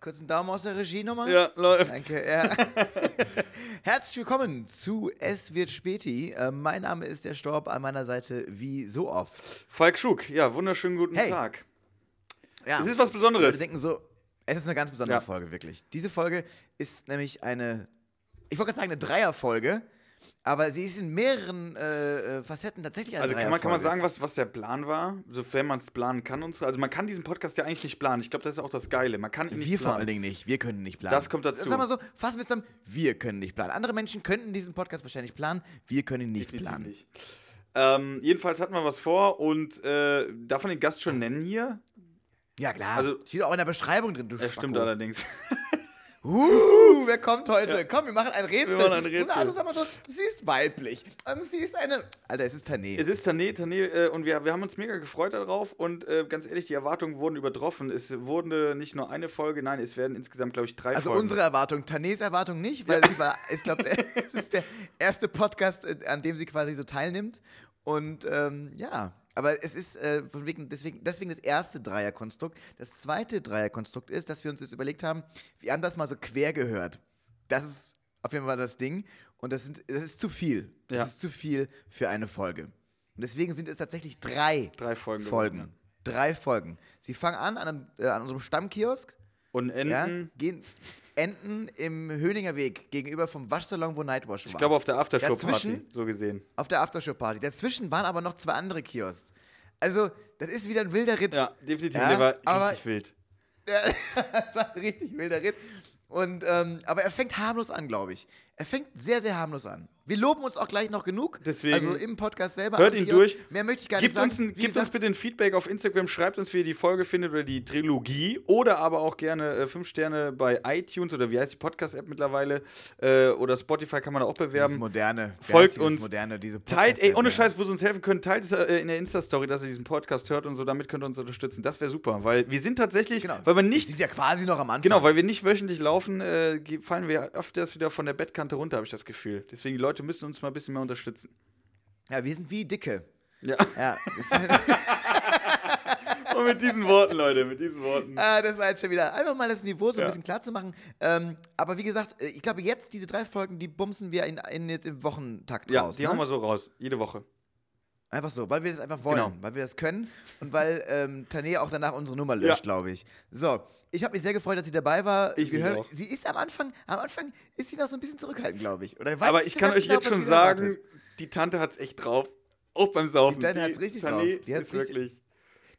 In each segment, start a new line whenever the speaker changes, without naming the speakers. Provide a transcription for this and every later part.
Kurzen Daumen aus der Regie nochmal.
Ja, läuft.
Danke. Ja. Herzlich willkommen zu Es wird Späti. Äh, mein Name ist der Storb, an meiner Seite wie so oft.
Falk Schug, ja, wunderschönen guten
Hey.
Tag.
Ja.
Es ist was
Wir
Besonderes.
denken so, es ist eine ganz besondere
Ja.
Folge, wirklich. Diese Folge ist nämlich eine, ich wollte gerade sagen, eine Dreierfolge, aber sie ist in mehreren äh, äh, Facetten tatsächlich eine
Also kann man, kann man
Dreierfolge.
sagen, was, was der Plan war, sofern man es planen kann. Und so. Also man kann diesen Podcast ja eigentlich nicht planen. Ich glaube, das ist auch das Geile. Man kann ihn nicht
wir vor
planen.
allen Dingen nicht. Wir können nicht planen.
Das kommt dazu.
Sag mal so, fassen wir zusammen. Wir können nicht planen. Andere Menschen könnten diesen Podcast wahrscheinlich planen. Wir können ihn nicht
Definitiv
planen.
nicht. Ähm, jedenfalls hatten wir was vor und äh, darf man den Gast schon nennen hier?
Ja, klar.
Also-
Steht auch in der Beschreibung drin, du
Das stimmt allerdings.
Uh, wer kommt heute? Komm, wir machen ein Rätsel.
machen ein Rätsel.
Also sag mal so, sie ist weiblich. Ähm, sie ist eine... Alter, es ist Tané.
Es ist Tané, Tané, äh, und wir, wir haben uns mega gefreut darauf und äh, ganz ehrlich, die Erwartungen wurden übertroffen. Es wurde nicht nur eine Folge, nein, es werden insgesamt, glaube ich, drei
Also
Folgen.
unsere Erwartung, Tanés Erwartung nicht, weil es war, ich glaube, es ist der erste Podcast, äh, an dem sie quasi so teilnimmt. Und ähm, ja, aber es ist äh, von wegen, deswegen, deswegen das erste Dreierkonstrukt. Das zweite Dreierkonstrukt ist, dass wir uns jetzt überlegt haben, wir haben das mal so quer gehört. Das ist auf jeden Fall das Ding. Und das, sind, das ist zu viel. Das
Ja.
ist zu viel für eine Folge. Und deswegen sind es tatsächlich drei,
drei Folgen.
Folgen.
geworden,
Drei Folgen. Sie fangen an an, einem, äh, an unserem Stammkiosk.
ja. Und
Ja,
enden,
gehen enden im Höhlinger Weg gegenüber vom Waschsalon, wo Nightwash war.
ich glaube, auf der Aftershow-Party,
Dazwischen-
so gesehen.
auf der Aftershow-Party. Dazwischen waren aber noch zwei andere Kiosks. Also, das ist wieder ein wilder Ritt.
Ja, definitiv,
Ja,
der war
aber-
richtig wild.
das war ein richtig wilder Ritt. Und, ähm, aber er fängt harmlos an, glaube ich. Er fängt sehr, sehr harmlos an. Wir loben uns auch gleich noch genug.
Deswegen
also im Podcast selber.
hört
am
ihn
Kiosk.
durch.
Mehr möchte ich gar
Gebt,
nicht sagen.
uns, ein,
Wie
gebt uns
gesagt,
bitte ein Feedback auf Instagram, schreibt uns, wie ihr die Folge findet oder die Trilogie oder aber auch gerne äh, fünf Sterne bei iTunes oder wie heißt die Podcast-App mittlerweile äh, oder Spotify kann man da auch
dieses
bewerben.
moderne.
ähm, folgt
dieses
uns.
Moderne, diese
Teilt, ey, ohne
Podcast-App.
Scheiß, wo sie uns helfen können, teilt es äh, in der Insta-Story, dass ihr diesen Podcast hört und so, damit könnt ihr uns unterstützen. Das wäre super, weil wir sind tatsächlich,
Genau.
weil wir
Wir
nicht,
sind ja quasi noch am Anfang.
genau, weil wir nicht wöchentlich laufen, äh, ge- fallen wir öfters wieder von der Bettkante runter, habe ich das Gefühl. Deswegen, die Leute müssen uns mal ein bisschen mehr unterstützen.
ja, wir sind wie Dicke.
Ja,
Ja, wir fallen
und mit diesen Worten, Leute, mit diesen Worten.
Ah, das war jetzt schon wieder. Einfach mal das Niveau so ein
Ja.
bisschen klar zu machen. Ähm, aber wie gesagt, äh, ich glaube, jetzt diese drei Folgen, die bumsen wir in, in jetzt im Wochentakt
Ja,
raus.
die
ne?
hauen wir so raus, jede Woche.
Einfach so, weil wir das einfach wollen,
Genau.
weil wir das können und weil ähm, Tané auch danach unsere Nummer löscht,
Ja.
glaube ich. So, ich habe mich sehr gefreut, dass sie dabei war.
Ich
wir
mich
hören,
auch.
Sie ist am Anfang, am Anfang ist sie noch so ein bisschen zurückhaltend, glaube ich. Oder weiß
Aber
nicht
ich
so
kann
ganz
euch
genau,
jetzt
was
schon
sie
sagen,
erwartet.
die Tante hat's echt drauf. Auch beim Saufen.
Die Tante hat's richtig drauf.
Tante
Die hat's
ist
richtig-
wirklich.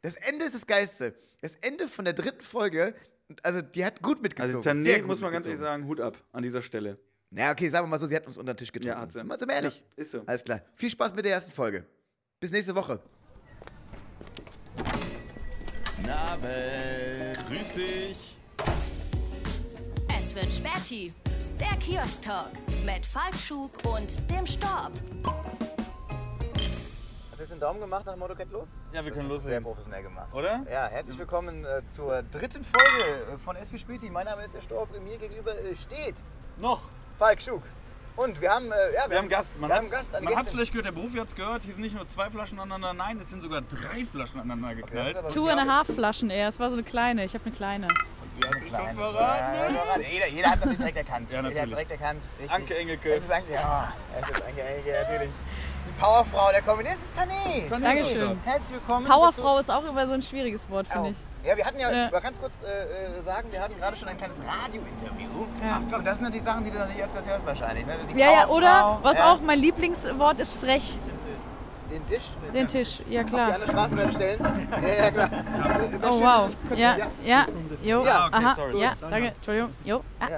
Das Ende ist das Geilste. Das Ende von der dritten Folge, also die hat gut
Also
mitgezogen. sehr
Tante,
gut
muss man ganz ehrlich
mitgezogen.
sagen, Hut ab an dieser Stelle.
Na, okay, sagen wir mal so, sie hat uns unter den Tisch getrunken.
Ja, hat sie.
Mal so ehrlich.
Ja, ist so.
Alles klar. Viel Spaß mit der ersten Folge. Bis nächste Woche.
Nabel. Grüß dich.
Es wird Späti. Der Kiosk Talk mit Falk Schug und dem Storb.
Hast du jetzt den Daumen gemacht nach dem Motto geht los?
Ja, wir
das hast
können
du
loslegen.
Sehr professionell gemacht.
Oder?
Ja, herzlich willkommen äh, zur dritten Folge äh, von SW Späti. Mein Name ist der Storb. Mir gegenüber äh, steht
Noch.
Falk Schug. Und wir haben, äh, ja, wir,
Wir haben Gast. Man
wir
hat
haben
es
Gast. Eine Gästin.
vielleicht gehört, der Beruf hat es gehört. Hier sind nicht nur zwei Flaschen aneinander, nein, es sind sogar drei Flaschen aneinander
Das
geknallt.
ist aber
Two and a half Flaschen eher. Es war so eine kleine. Ich habe eine kleine.
klein. Ja, verraten. Jeder, jeder hat es natürlich direkt erkannt.
Ja,
Jeder hat es
natürlich.
direkt erkannt. Richtig.
Anke Engelke.
Es ist Anke, ja. Es ist Anke Engelke, natürlich. Die Powerfrau der Comedy. Es ist Tané.
Dankeschön.
Herzlich willkommen.
Powerfrau ist auch immer so ein schwieriges Wort,
Bist du-
finde ich.
Au. Ja, wir hatten ja,
Ja.
mal ganz kurz äh, äh, sagen, wir hatten gerade schon ein kleines Radiointerview.
Ja.
Ach, Und das sind natürlich Sachen, die du noch nicht öfters hörst wahrscheinlich. Ne? Also die
Ja, ja,
Powerfrau,
oder? Was
ja,
auch mein Lieblingswort ist frech.
Den Tisch.
Den Tisch. Ja,
Auf die
klar.
andere Straßenseite stellen. ja, ja, klar. Immer
Oh,
schön
wow.
dieses Köpfchen.
Ja,
ja.
ja. Jo.
Ja,
okay,
Aha.
sorry.
Ja, danke. Entschuldigung. Jo. Ah.
Ja.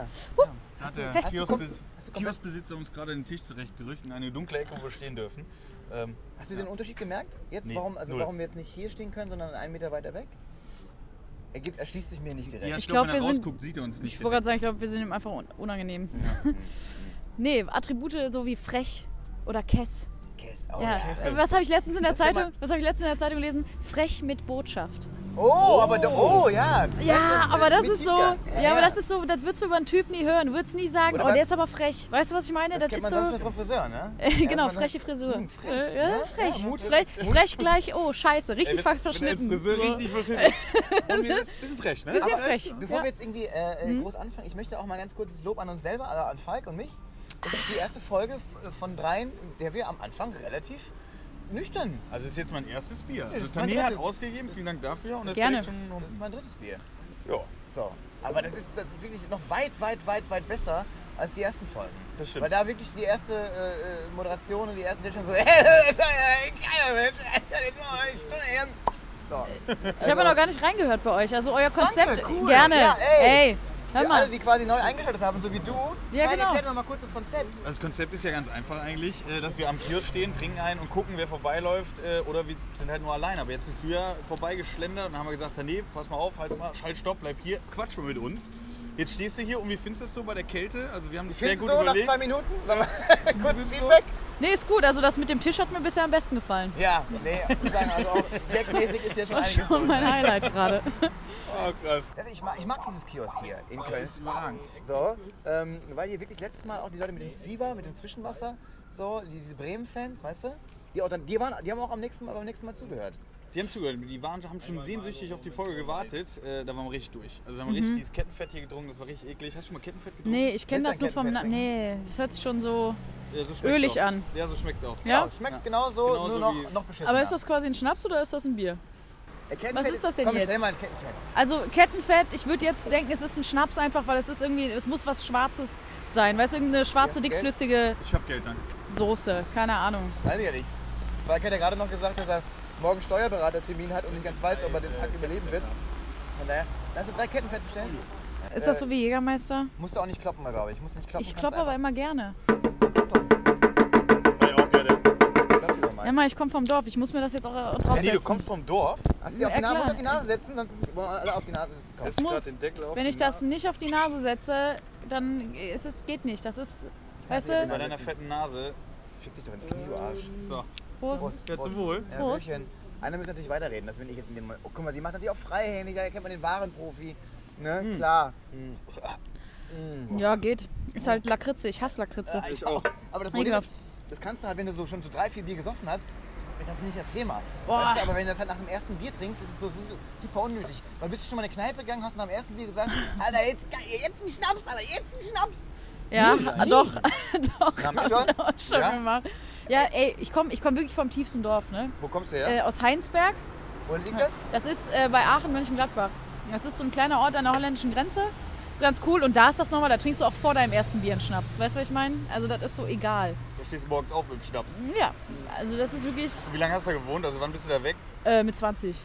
Hat der
Hast du kom-
Kioskbe-
hast du komplett-
Kioskbesitzer uns gerade den Tisch zurechtgerückt in eine dunkle Ecke, wo wir stehen dürfen. Ähm,
Hast du den Unterschied gemerkt? Jetzt,
Nee,
warum, also
null.
warum wir jetzt nicht hier stehen können, sondern einen Meter weiter weg? Ergibt, erschließt sich mir nicht direkt.
Ich glaub, wir sind-
sieht er uns
Ich wollte gerade sagen, ich glaube, wir sind ihm einfach un- unangenehm.
Mhm.
Nee, Attribute so wie frech oder Kess.
Käse, oh,
Ja.
Käse.
Was habe ich letztens in der
Das kann
Zeitung? Was habe ich letztens in der Zeitung gelesen? Frech mit Botschaft.
Oh, aber da, oh, ja.
Ja, aber das
Mit
ist so,
Tiefgang.
ja, aber das ist so, das würdest du über einen Typ nie hören. Du würdest nie sagen,
Oder
oh,
was-
der ist aber frech. Weißt du, was ich meine?
Das,
Das,
kennt man
ist
sonst
so,
ja vom Friseur, ne?
genau,
Ja, man
freche
sagt,
Frisur.
hm, frech,
Äh, ja,
ne?
frech,
Ja, Mut-
frech, frech gleich, oh, scheiße, richtig
wenn,
verschnitten.
Wenn der Friseur
So.
richtig verschnitten. Irgendwie ist das ein bisschen frech, ne?
Bisschen
Aber-
frech.
Bevor
ja. Mhm.
wir jetzt irgendwie äh, äh, groß anfangen, ich möchte auch mal ganz kurz das Lob an uns selber, also an Falk und mich. Das ist die erste Folge f- äh, von dreien, in der wir am Anfang relativ nüchtern.
Also das ist jetzt mein erstes Bier.
das
Also
ist mein
Tanja hat
erstes.
ausgegeben, vielen Dank dafür. Und das
Gerne.
ist direkt schon um-
Das ist mein drittes Bier. Ja. So. Aber das ist, das ist wirklich noch weit, weit, weit, weit besser als die ersten Folgen.
Das stimmt.
Weil da wirklich die erste äh, äh, Moderation und die ersten schon so. so.
Ich habe ja noch gar nicht reingehört bei euch. Also euer Konzept,
Also- Danke, cool.
gerne.
Ja, ey.
ey. hör
Für
mal.
alle, die quasi neu eingeschaltet haben, so wie du,
Ja,
Fein,
genau.
erklär doch mal kurz das Konzept.
Also das Konzept ist ja ganz einfach eigentlich, äh, dass wir am Tier stehen, trinken ein und gucken, wer vorbeiläuft. äh, Oder wir sind halt nur allein. Aber jetzt bist du ja vorbeigeschlendert und dann haben wir gesagt, nee, pass mal auf, halt mal, schalt stopp, bleib hier, quatsch mal mit uns. Jetzt stehst du hier und wie findest du es so bei der Kälte? Also wir haben das sehr
Findest du
gut
so
überlegt.
nach zwei Minuten? Kurzes Feedback?
Nee, ist gut. Also das mit dem Tisch hat mir bisher am besten gefallen.
Ja, nee, ich sagen also auch, gagmäßig ist ja schon
War
einiges
schon
los.
mein Highlight gerade.
oh, krass.
Also ich, mag, ich mag dieses Kiosk hier in
Das
Köln.
ist überragend.
So, ähm, weil hier wirklich letztes Mal auch die Leute mit dem Zwieber, mit dem Zwischenwasser, so, diese Bremen-Fans, weißt du? Die, auch dann, die, waren, die haben auch am nächsten Mal, beim nächsten Mal zugehört.
Die haben zugehört, die waren, haben schon sehnsüchtig auf die Folge gewartet. Äh, da waren wir richtig durch. Also da haben wir richtig dieses Kettenfett hier getrunken, das war richtig eklig. Hast du schon mal Kettenfett getrunken?
Mhm. Nee, ich kenne
Willst du
das nur
ein
vom Na
Kettenfett
Nee, das hört sich schon so.
Ja, so schmeckt's
Ölig
auch.
an.
Ja, so schmeckt es auch.
Ja?
es schmeckt genauso,
Genauso
nur noch,
wie-
noch beschissener.
Aber ist das quasi ein Schnaps oder ist das ein Bier?
Äh, Kettenfett
was ist das denn
komm,
jetzt?
Komm, stell mal ein Kettenfett.
Also Kettenfett, ich würde jetzt denken, es ist ein Schnaps einfach, weil es ist irgendwie, es muss was Schwarzes sein. Weißt du, irgendeine schwarze,
Ja, gell?
dickflüssige
Ich hab Geld, danke.
Soße. Keine Ahnung.
Weiß ich ja nicht. Falk hat ja gerade noch gesagt, dass er morgen Steuerberatertermin hat und nicht ganz weiß, ob er den Tag überleben wird. Von daher, hast du drei Kettenfett bestellen?
Ist das so wie Jägermeister?
Musst du auch nicht kloppen, glaube ich. Musst du nicht kloppen.
Ich
kannst
kloppe aber
Äh, einfach-
immer gerne.
Ja, auch Geld.
Klopp doch mal.
Emma, ich komme vom Dorf. Ich muss mir das jetzt auch äh,
Nee, du
draufsetzen.
kommst vom Dorf.
Hast du auf die Nase,
Ja, klar.
musst auf die Nase setzen, sonst ist, wollen alle auf die Nase sitzen. Komm.
Das muss.
grad den Deckel auf
Wenn
die
ich das nicht auf die Nase setze, dann ist es geht nicht. Das ist, weißt
sehen,
du,
Bei deiner fetten Nase.
Fick dich doch ins Knie, du Arsch.
So.
Prost.
Ja, zum Wohl.
Ja,
Prost.
Prost. Einer muss natürlich weiterreden, das bin ich jetzt in dem Moment. Oh, guck mal, sie macht natürlich auch freihändig, da erkennt man den wahren Profi. Ne, klar.
Ja, geht. Ist halt Lakritze. Ich hasse Lakritze.
Ich auch. Aber das Problem
Ekelhaft.
ist, das kannst du halt, wenn du so schon so drei, vier Bier gesoffen hast, ist das nicht das Thema.
Boah.
Weißt du, aber wenn du das halt nach dem ersten Bier trinkst, ist es so su- super unnötig. Weil bist du schon mal in eine Kneipe gegangen, hast nach dem ersten Bier gesagt, Alter, jetzt, jetzt ein Schnaps, Alter, jetzt ein Schnaps.
Ja,
nie.
doch, doch.
Kam
Hast
schon?
du auch schon
Ja?
gemacht. Ja, ey, ich komme ich komm wirklich vom tiefsten Dorf, ne?
Wo kommst du her?
Äh, aus Heinsberg.
Wo liegt das?
Das ist äh, bei Aachen, Mönchengladbach. Das ist so ein kleiner Ort an der holländischen Grenze. Ist ganz cool. Und da ist das nochmal, da trinkst du auch vor deinem ersten Bier einen Schnaps. Weißt du, was ich meine? Also, das ist so egal.
Da stehst du morgens auf mit dem Schnaps.
Ja, also, das ist wirklich
Wie lange hast du da gewohnt? Also wann bist du da weg?
äh, mit 20.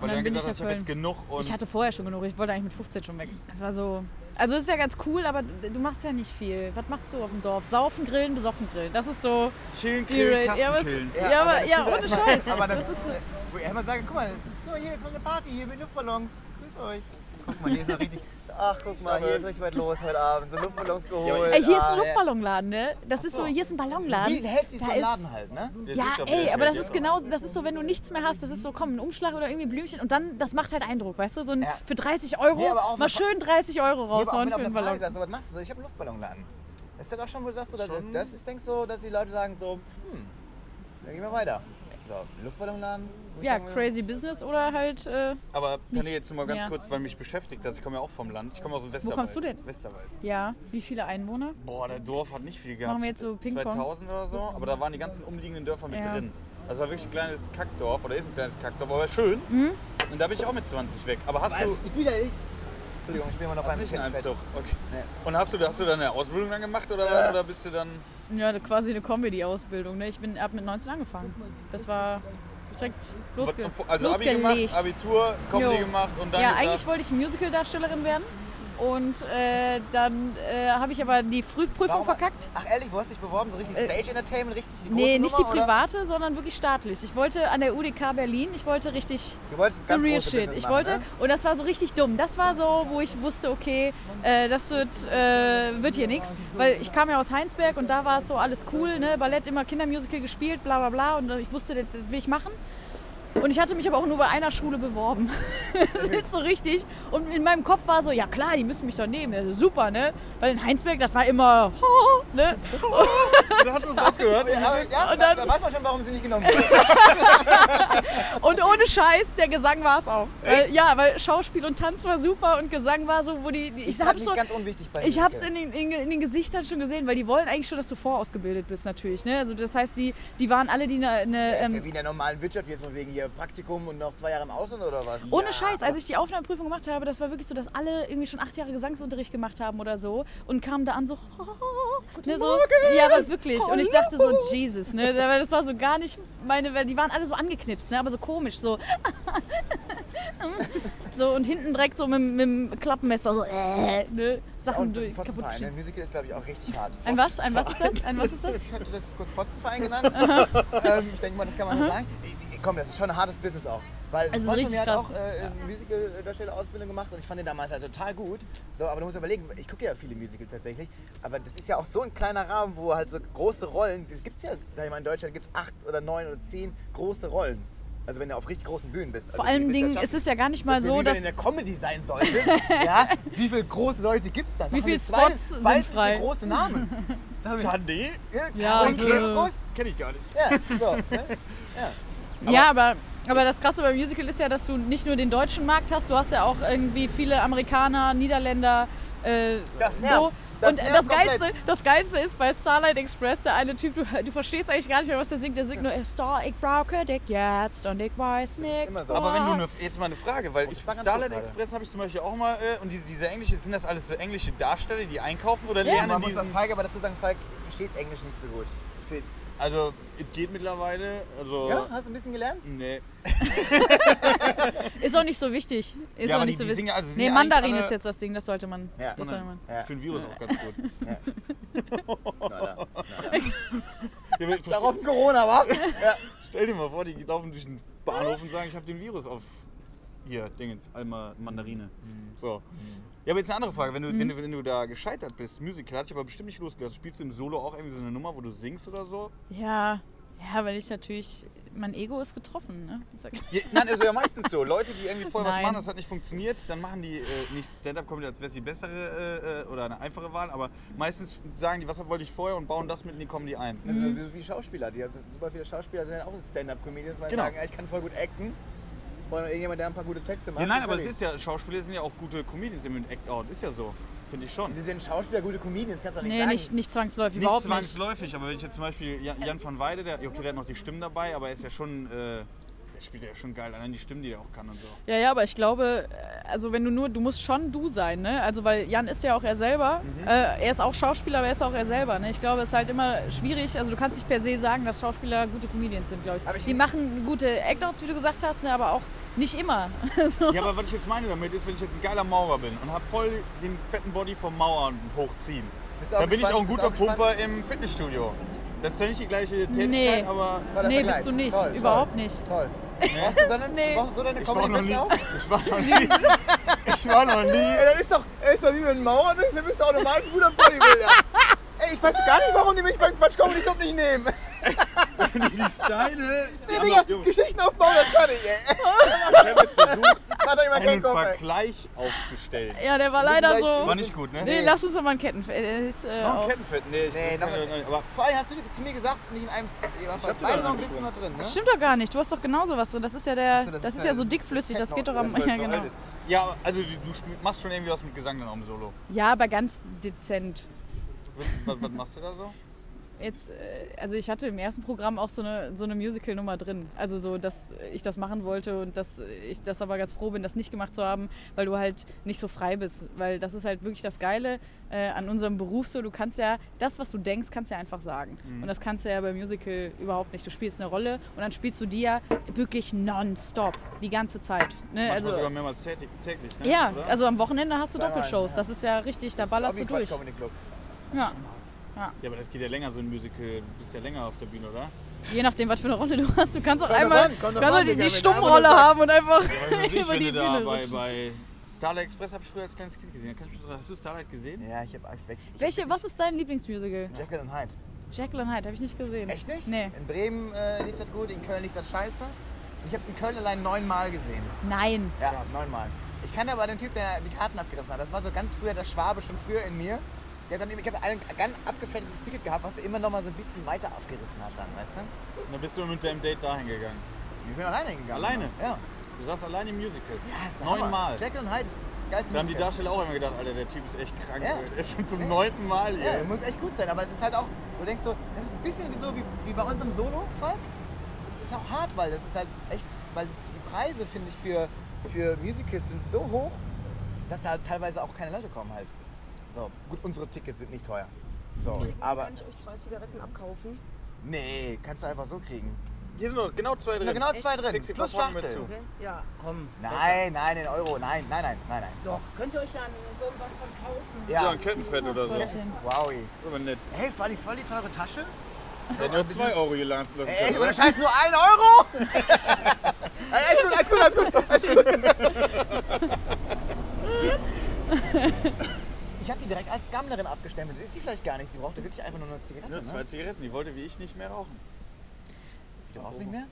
Weil
dann
du
bin
gesagt
ich
hast, ich
nach
habe jetzt
Köln.
genug und
Ich hatte vorher schon genug. Ich wollte eigentlich mit 15 schon weg. Das war so. Also es ist ja ganz cool, aber du machst ja nicht viel. Was machst du auf dem Dorf? Saufen, grillen, besoffen, grillen. Das ist so.
chillen,
die
killen,
Rate.
Kasten
ja, aber,
killen.
ja, ja, aber,
das
ja
tut mir
ohne
erstmal-
Scheiß.
Aber das,
ist so.
Wo ich einmal sage, guck mal, guck mal, hier kommt eine Party hier mit Luftballons. Grüß euch. Guck mal, hier ist noch richtig. Ach, guck mal, hier ist richtig was los heute Abend. So Luftballons geholt.
Ey, hier ist
Ah,
ein
wer-
Luftballonladen, ne? Das ist so, hier ist ein Ballonladen.
Wie hält sich so
Da
ein
ist-
Laden halt, ne?
Jetzt
Ja,
wisst ihr, ob ihr
ey,
euch
aber das
kennt,
ist genau
ja.
genauso, das ist so, wenn du nichts mehr hast, das ist so, komm, ein Umschlag oder irgendwie Blümchen und dann, das macht halt Eindruck, weißt du, so ein,
Ja.
für 30 Euro,
Nee, aber auch
mal
auf einer-
schön 30 Euro
Nee, aber auch wenn du
raushauen für
auf einer
einen
Party
Ballon.
sagst, so, was machst du so? Ich habe einen Luftballonladen. Das ist dann auch schon, wo du sagst, so, das, das ist, denkst du, dass die Leute sagen so, hm, dann gehen wir weiter. So, Luftballonladen. wo ich
Ja,
sagen würde,
crazy Business oder halt, äh,
Aber Tanja, jetzt mal ganz
Ja.
kurz, weil mich beschäftigt das. Ich komme ja auch vom Land. Ich komme aus dem Westerwald.
kommst du denn?
Westerwald.
ja, wie viele Einwohner?
Boah, der Dorf hat nicht viel gehabt.
Machen wir jetzt so Ping-Pong?
2000 oder so, aber da waren die ganzen umliegenden Dörfer mit
Ja.
drin. Also war wirklich ein kleines Kackdorf oder ist ein kleines Kackdorf, aber schön.
Mhm.
Und da bin ich auch mit 20 weg. Aber hast
Was?
du
Ich bin ja ich. Entschuldigung, ich bin immer noch
hast
beim
nicht in einem
Fett.
Zug? Okay. Und hast du, hast du dann eine Ausbildung dann gemacht oder,
Ja.
oder bist du dann
Ja, da- quasi eine Comedy-Ausbildung. Ne? Ich bin ab mit 19 angefangen. Das war direkt losge
also Abi
losgelegt.
gemacht, Abitur, Comedy
Jo.
gemacht und dann
ja,
gesagt,
eigentlich wollte ich Musical-Darstellerin werden. Und äh, dann äh, habe ich aber die Frühprüfung
Warum-
verkackt. Äh,
Ach ehrlich, wo hast du dich beworben? So richtig Stage Entertainment, richtig die große
Nee, nicht die
Nummer, oder?
private, sondern wirklich staatlich. Ich wollte an der UDK Berlin, ich wollte richtig
Du wolltest das
the
ganz
real
große
shit.
Business
ich
machen,
wollte,
ne?
und das war so richtig dumm. Das war so, wo ich wusste, okay, äh, das wird, äh, wird hier nichts. Weil ich kam ja aus Heinsberg und da war es so alles cool, ne? Ballett immer Kindermusical gespielt, bla bla bla. Und ich wusste, das, das will ich machen. Und ich hatte mich aber auch nur bei einer Schule beworben. das ist so richtig. Und in meinem Kopf war so, ja klar, die müssen mich doch nehmen. Ja, super, ne? Weil in Heinsberg, das war immer, ne?
Da hast du es rausgehört.
Aber, ja,
Und dann-
da, da weiß man schon, warum sie nicht genommen wurde.
Und ohne Scheiß, der Gesang war es auch. Weil, ja, weil Schauspiel und Tanz war super und Gesang war so, wo die. die- Ich
Ist halt
hab's,
nicht
so,
ganz unwichtig bei
ich
Nike.
hab's in, den, in, in den Gesichtern schon gesehen, weil die wollen eigentlich schon, dass du vorausgebildet bist, natürlich. Ne? Also das heißt, die, die waren alle, die eine. eine
Das ist ja
ähm,
wie in der normalen Wirtschaft jetzt von wegen hier Praktikum und noch zwei Jahre im Ausland oder was?
ohne
Ja.
Scheiß, als ich die Aufnahmeprüfung gemacht habe, das war wirklich so, dass alle irgendwie schon acht Jahre Gesangsunterricht gemacht haben oder so und kamen da an so. ne, so ja, aber wirklich. Und ich dachte so, Jesus, ne? Weil das war so gar nicht meine Welt. Die waren alle so angeknipst, ne? aber so komisch, so. so und hinten direkt so mit, mit dem Klappmesser so, äh, ne?
Oh,
Sachen
und das
durch. Kaputt
Fotzenverein. Ein Musical ist, glaube ich, auch richtig hart.
ein was? Ein was ist das? Ein was ist das?
Ich hatte das kurz Fotzenverein genannt. ähm, ich denke mal, das kann man so sagen. Ich- ich- Komm, das ist schon ein hartes Business auch. Weil
Also es
Freund
ist
von
richtig
mir hat
krass.
auch äh, eine Musical-Darsteller-Ausbildung gemacht und ich fand den damals halt total gut. So, aber du musst überlegen, ich gucke ja viele Musicals tatsächlich, aber das ist ja auch so ein kleiner Rahmen, wo halt so große Rollen, das gibt es ja, sag ich mal, in Deutschland gibt es acht oder neun oder zehn große Rollen. Also wenn du auf richtig großen Bühnen bist. Also,
Vor
wie
allen
willst du das
Dingen
schaffen?
ist es ja gar nicht mal
Dass du
so,
lieber
dass.
in der Comedy sein solltest, ja? Wie viele große Leute gibt's da? Sag
Wie
mir
viele
zwei
Spots sind
weibliche
frei?
große Namen. Sag mir,
Tandé?
Ja,
Karin
äh.
Kebekus?
Kenne ich gar nicht.
Ja, so. Ne?
ja, aber, aber das Krasse beim Musical ist ja, dass du nicht nur den deutschen Markt hast, du hast ja auch irgendwie viele Amerikaner, Niederländer. Äh,
Das nervt.
So.
Das
und äh,
nervt
das, Geilste,
komplett.
das Geilste ist bei Starlight Express, der eine Typ, du, du verstehst eigentlich gar nicht mehr, was der singt. Der singt nur äh, Star, ich brauche dich jetzt und ich weiß nicht.
immer so.
Aber wenn du
was."
eine, jetzt mal eine Frage, weil
Oh,
ich
das war ganz
Starlight
gut gerade.
Express habe ich zum Beispiel auch mal äh, und diese, diese englische, sind das alles so englische Darsteller, die einkaufen oder
Ja,
lernen
man
die
muss bei Falk aber dazu sagen, Falk versteht Englisch nicht so gut. Für-
Also, es geht mittlerweile, also
Ja, hast du ein bisschen gelernt?
nee.
Ist auch nicht so wichtig. Ist auch
Ja, aber
nicht so
die- die
wichtig.
singen- also sind
nee,
ja
Mandarin
eigentlich alle-
ist jetzt das Ding, das sollte man.
Ja.
Das sollte man.
Ja.
Für ein Virus auch ganz gut.
Na, na.
Ja, aber verste-
Darauf ein Corona, wa?
Stell dir mal vor, die laufen durch den Bahnhof und sagen, ich habe den Virus auf hier, Dingens, einmal Mandarine. So. Ja, aber jetzt eine andere Frage. Wenn du, wenn, du, wenn du da gescheitert bist, Musical, hatte ich aber bestimmt nicht losgelassen. Also Spielst du im Solo auch irgendwie so eine Nummer, wo du singst oder so?
Ja. Ja, weil ich natürlich. Mein Ego ist getroffen, ne? Ist ja klar.
Ja, nein, also ja meistens so. Leute, die irgendwie vorher was
Nein.
machen, das hat nicht funktioniert, dann machen die äh, nicht Stand-Up-Comedy, als wäre es die bessere äh, äh, oder eine einfache Wahl, aber meistens sagen die, was wollte ich vorher und bauen das mit in die Comedy ein.
Also, so wie Schauspieler, die also, super viele Schauspieler sind ja auch Stand-Up-Comedians, weil
Genau.
sagen, ja, ich kann voll gut acten. Ich brauche noch irgendjemand, der ein paar gute Texte macht.
Ja, nein,
und
aber es
fertig.
ist ja, Schauspieler sind ja auch gute Comedians im Act-Out, ist ja so. Finde ich schon.
Sie sind Schauspieler, gute Comedians, kannst du doch nicht
Nee,
sagen.
nicht, nicht zwangsläufig,
Nicht
überhaupt nicht.
zwangsläufig, aber wenn ich jetzt zum Beispiel Jan, Jan van Weide, der, okay, der hat noch die Stimmen dabei, aber er ist ja schon, äh, der spielt ja schon geil, allein die Stimmen, die er auch kann und so.
Ja, ja, aber ich glaube, äh, also wenn du nur, du musst schon du sein, ne? Also weil Jan ist ja auch er selber. Äh, er ist auch Schauspieler, aber er ist auch er selber. Ne? Ich glaube, es ist halt immer schwierig. Also du kannst nicht per se sagen, dass Schauspieler gute Comedians sind, glaube ich.
Aber ich-
Die machen gute Act-Outs, wie du gesagt hast, ne? aber auch nicht immer. Also, so.
Ja, aber was ich jetzt meine damit ist, wenn ich jetzt ein geiler Maurer bin und hab voll den fetten Body vom Mauern hochziehen,
Bist du auch
dann bin ich
gespannt?
auch ein
Bist
guter
du auch
Pumper im Fitnessstudio. Das ist ja nicht die gleiche Tätigkeit,
Nee.
aber...
Toller
Nee,
Vergleich.
bist du nicht.
Toll, toll,
Überhaupt nicht.
Toll. Brauchst du so eine,
Nee.
brauchst du so eine
Ich war noch nie...
Comedy-Witze auch?
Ich war noch nie... Ich war noch nie...
Ey, das ist doch, ey, ist doch wie wenn ein Maurer bist, dann bist du automatisch ein guter Bodybuilder. Ey, ich weiß gar nicht, warum die mich beim Quatsch Comedy Club nicht nehmen.
Die Steine...
Nee, Digga, Geschichten aufbauen, das kann ich, ey.
Ich hab jetzt versucht,
Mach doch immer keinen
einen
Kopf, ey.
Vergleich aufzustellen.
Ja, der war
müssen
leider
gleich-
so.
War nicht gut, ne?
Nee,
Nee.
lass uns doch mal einen Ketten. Äh, ist, äh,
Noch ein
auch-
Kettenfett? Nee, ich
Nee,
nee,
noch-
aber
Vor allem hast du zu mir gesagt, nicht in einem... Ihr
hab
wart
dir
beide
da
noch ein
nicht
bisschen
vor.
was drin, ne?
Das stimmt doch gar nicht. Du hast doch genauso was drin. Das ist ja der.
Ach so,
das, ist ja so
das
dickflüssig. Das geht doch
Techno-
am.
das
Ja,
so
genau.
alt ist. Ja, also du, du spiel- machst schon irgendwie was mit Gesang dann auch im Solo.
ja, aber ganz dezent.
Was, was, was machst du da so?
Jetzt, äh, also ich hatte im ersten Programm auch so eine, so eine Musical-Nummer drin. Also so, dass ich das machen wollte und dass ich das aber ganz froh bin, das nicht gemacht zu haben, weil du halt nicht so frei bist. Weil das ist halt wirklich das Geile äh, an unserem Beruf so. Du kannst ja, das, was du denkst, kannst du ja einfach sagen. Und das kannst du ja beim Musical überhaupt nicht. Du spielst eine Rolle und dann spielst du die ja wirklich nonstop, die ganze Zeit. Ne?
Manchmal
Also,
sogar mehrmals täglich, täglich ne?
ja,
Oder?
also am Wochenende hast du
Zweimal,
Doppelshows.
ja.
Das ist ja richtig, da ballerst du durch.
Comedy Club.
Ja.
ja, aber das geht ja länger, so ein Musical. Du bist ja länger auf der Bühne, oder?
Je nachdem, was für eine Rolle du hast. Du kannst auch
Komm doch
einmal
ran, komm doch
kannst auch
ran,
die,
Digga,
die
wenn du einfach nur
Stummrolle
sagst.
haben und einfach
Also ich,
über
wenn
die
du da
Bühne
bei,
rutschen.
bei Starlight Express habe ich früher als kleines Kind gesehen. Da Kann ich mich, dran- hast du Starlight gesehen?
Ja, ich hab... Ich, ich,
Welche, was ist dein Lieblingsmusical?
Jekyll und Hyde.
Jekyll und Hyde, habe ich nicht gesehen.
Echt nicht?
Nee.
In Bremen äh, lief das gut, in Köln lief das scheiße. In Ich habe es in Köln allein neunmal gesehen.
Nein.
Ja, neunmal. Ich kannte aber den Typ, der die Karten abgerissen hat. Das war so ganz früher, der Schwabe schon früher in mir. Der hat dann, eben- ich habe ein ganz abgefertigtes Ticket gehabt, was er immer noch mal so ein bisschen weiter abgerissen hat dann, weißt du?
Und dann bist du mit deinem Date dahin gegangen.
Ich bin alleine hingegangen.
Alleine?
Ja.
Du saßt alleine im Musical.
ja ist der
Neunmal.
Hammer. Jekyll und Hyde ist das geilste
Da haben die
Musical.
Darsteller auch immer gedacht, Alter, der Typ ist echt krank.
Ja.
Er ist schon zum
Ja.
neunten Mal hier.
Ja, muss echt gut sein, aber es ist halt auch, du denkst so, das ist ein bisschen wie so wie, wie bei unserem Solo, Falk. Ist auch hart, weil das ist halt echt, weil die Preise, finde ich, für, für Musicals sind so hoch, dass da halt teilweise auch keine Leute kommen halt. So, gut, unsere Tickets sind nicht teuer. So, aber
Kann ich euch zwei Zigaretten abkaufen?
nee, kannst du einfach so kriegen.
Hier sind noch genau zwei
Da
drin.
sind genau zwei drin,
Sexy
plus
Flachmann mit
Schachtel.
zu.
Okay. Ja, komm.
Nein, nein, in Euro, nein, nein, nein, nein, nein.
Doch, könnt ihr euch ja irgendwas von kaufen?
Ja,
Ja,
ein Kettenfett oder so. Das
Gottchen.
wow.
ist aber nett.
Hey, vor allem voll die teure Tasche.
Der hat nur zwei Euro geladen. lassen
Ey,
können,
ohne
oder?
Scheiß, nur ein Euro? Ey, alles gut, alles gut, alles gut, alles gut. Ich habe die direkt als Gammlerin abgestempelt. Ist sie vielleicht gar nicht. Sie brauchte wirklich einfach nur eine Zigarette.
Nur zwei
Ne?
Zigaretten. Die wollte wie ich nicht mehr rauchen.
Du brauchst nicht mehr?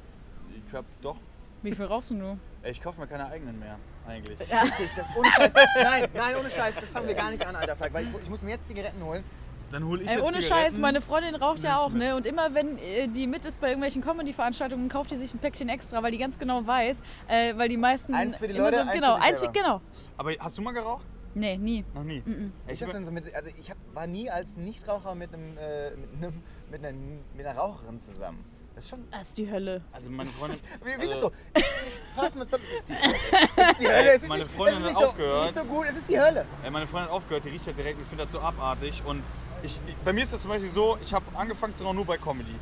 Ich hab doch.
Wie viel rauchst du nur?
Ey, Ich kaufe mir keine eigenen mehr. Eigentlich.
Wirklich, das ohne Scheiß. Nein, nein, ohne Scheiß. Das fangen wir gar nicht an, Alter Falk. Weil ich, ich muss mir jetzt Zigaretten holen.
Dann hole ich
Ey,
jetzt
ohne
Zigaretten.
Scheiß, meine Freundin raucht ja
Nimm's
auch, ne? Und immer wenn äh, die mit ist bei irgendwelchen Comedy-Veranstaltungen, kauft die sich ein Päckchen extra, weil die ganz genau weiß, äh, weil die meisten.
Eins für die
immer
Leute,
so,
eins für
genau,
sich
eins für,
selber.
genau.
Aber hast du mal geraucht?
Nee, nie.
Noch nie.
Ich, das denn so mit, also ich hab, war nie als Nichtraucher mit, einem, äh, mit, einem, mit, einer, mit einer Raucherin zusammen. Das ist schon.
Das ist die Hölle.
Also meine Freundin.
Wie, wie ist das
also,
so? Ich fass mal zusammen, es ist die Hölle. Es ist die Hölle. Es ist
Meine
nicht,
Freundin
es ist
hat
nicht so,
aufgehört.
nicht so gut, es ist die Hölle.
Ey, meine Freundin hat aufgehört, die riecht halt direkt, ich finde das so abartig. Und ich, ich- bei mir ist das zum Beispiel so, ich habe angefangen zu rauchen nur bei Comedy.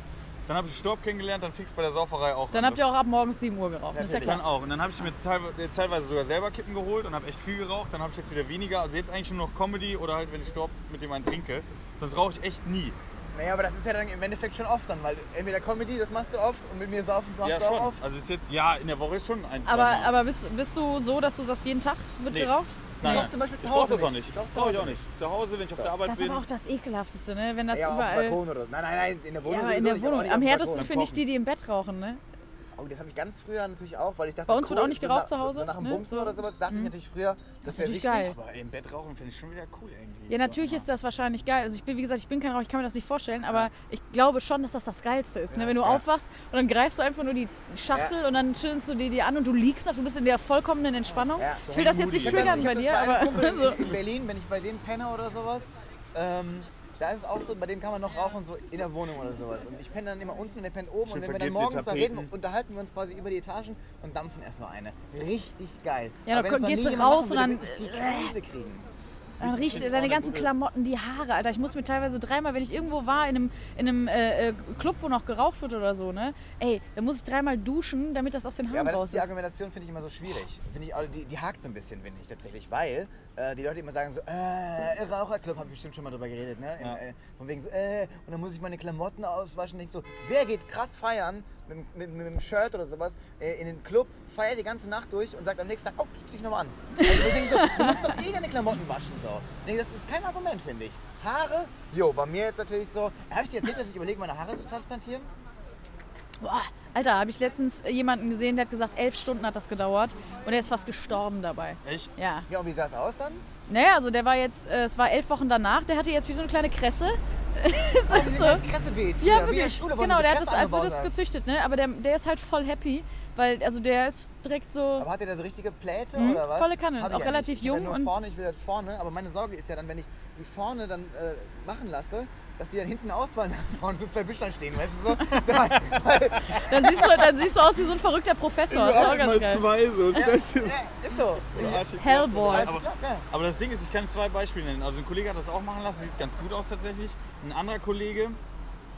Dann habe ich Storb kennengelernt, dann fix bei der Sauferei auch.
Dann
an.
habt ihr auch ab morgens 7 Uhr geraucht. Das ist ja
Natürlich.
klar.
Dann auch. Und dann habe ich mir teilwe- äh, teilweise sogar selber Kippen geholt und habe echt viel geraucht. Dann habe ich jetzt wieder weniger. Also jetzt eigentlich nur noch Comedy oder halt, wenn ich Storb mit dem einen trinke. Sonst rauche ich echt nie.
Naja, aber das ist ja dann im Endeffekt schon oft dann, weil entweder Comedy, das machst du oft und mit mir saufen machst du auch oft.
Also ist jetzt, ja, in der Woche ist schon ein, zwei
Aber,
Mal.
aber bist, bist du so, dass du sagst, jeden Tag wird
Nee.
geraucht?
ich rauch zum Beispiel zu
Ich brauch
Hause
das auch
nicht.
nicht.
Ich rauch zu
Brauch ich
Hause
auch nicht. Zu Hause, wenn ich auf der Arbeit
Das ist
bin.
aber auch das Ekelhafteste, ne?
Also
Wenn das
Halt ja, auf dem
überall.
Balkon oder so. Nein, nein, nein, in der Wohnung.
Ja,
sowieso
aber in der
nicht, aber auch
Wohnung.
nicht
Am
auf dem
härtesten
Balkon.
finde ich die, die im Bett rauchen, ne?
Oh, das habe ich ganz früher natürlich auch, weil ich dachte,
Bei uns wird
cool,
auch nicht
so
geraucht
nach-
zu Hause,
So nach dem
ne?
Bumsen
So.
oder sowas dachte ich natürlich früher, das wäre
natürlich
richtig.
geil.
Aber im Bett rauchen finde ich schon wieder cool irgendwie.
Ja, natürlich ist das wahrscheinlich geil. Also ich bin, wie gesagt, ich bin kein Raucher, ich kann mir das nicht vorstellen, aber ich glaube schon, dass das das Geilste ist. ne? Wenn du
ist geil.
aufwachst und dann greifst du einfach nur die Schachtel und dann chillst du die dir an und du liegst noch, du bist in der vollkommenen Entspannung.
Ja,
ich will das jetzt nicht
Ich hab das-
triggern
ich
bei
hab
dir,
das einem
aber
Kumpel
so.
in, in Berlin, wenn ich bei dem penne oder sowas, ähm, da ist es auch so, bei dem kann man noch rauchen, so in der Wohnung oder sowas. Und ich penne dann immer unten und der pennt oben. und wenn wir dann
vergilbte
morgens da
Tapeten.
reden, unterhalten wir uns quasi über die Etagen und dampfen erstmal eine. Richtig geil.
Ja,
Aber
dann
wenn es mal
gehst
nie
du
jemand
raus
machen
und
würde,
dann-
würde ich die Krise kriegen.
dann riecht
find's auch
deine
eine
ganzen
gute-
Klamotten, die Haare, Alter. Ich muss mir teilweise dreimal, wenn ich irgendwo war, in einem, in einem äh, äh, Club, wo noch geraucht wird oder so, ne? Ey, dann muss ich dreimal duschen, damit das aus den
Ja,
Haaren
aber das
raus
ist die
ist.
Argumentation finde ich immer so schwierig. Finde ich, also die, die hakt so ein bisschen, finde ich tatsächlich, weil äh, die Leute immer sagen so, äh, Raucherclub, habe ich bestimmt schon mal drüber geredet, ne? Im,
Ja.
äh, von wegen so, äh, und dann muss ich meine Klamotten auswaschen. Denk so, wer geht krass feiern mit, mit, mit einem Shirt oder sowas äh, in den Club, feiert die ganze Nacht durch und sagt am nächsten Tag, oh, das zieh ich nochmal an. Also ich denk so, du musst doch eh deine Klamotten waschen, so. Ich denk, das ist kein Argument, finde ich. Haare, jo, bei mir jetzt natürlich so, habe ich dir erzählt, dass ich überlege, meine Haare zu transplantieren?
Boah, Alter, habe ich letztens jemanden gesehen, der hat gesagt, elf Stunden hat das gedauert und er ist fast gestorben dabei.
Echt?
Ja.
Ja, und wie sah es aus dann?
Naja, also der war jetzt, äh, es war elf Wochen danach, der hatte jetzt wie so eine kleine Kresse. ist halt
Das
so.
ist Kressebeet. früher, wie
Ja,
in der
wirklich.
Schule, wo man
genau,
so
der hat
Kresse
das, als würde
angebaut
das
hat.
gezüchtet, ne? Aber der, der ist halt voll happy, weil, also der ist direkt so.
Aber hat er da so richtige Pläte
Mhm,
oder was?
volle Kanne.
Hab ich
Auch
ja
relativ
nicht. Ich will
jung
nur
und-
vorne, ich will das vorne, aber meine Sorge ist ja dann, wenn ich die vorne dann äh, machen lasse, dass die dann hinten ausfallen, dass vorne so zwei Büschlein stehen, weißt du so? Da, weil,
Dann siehst, du, halt, dann siehst du aus wie so ein verrückter Professor. Das ist auch ganz geil.
zwei, so ist das
ja, ist so.
Hellboy.
Aber,
Aber, aber das Ding ist, ich kann zwei Beispiele nennen. Also ein Kollege hat das auch machen lassen, sieht ganz gut aus tatsächlich. Ein anderer Kollege,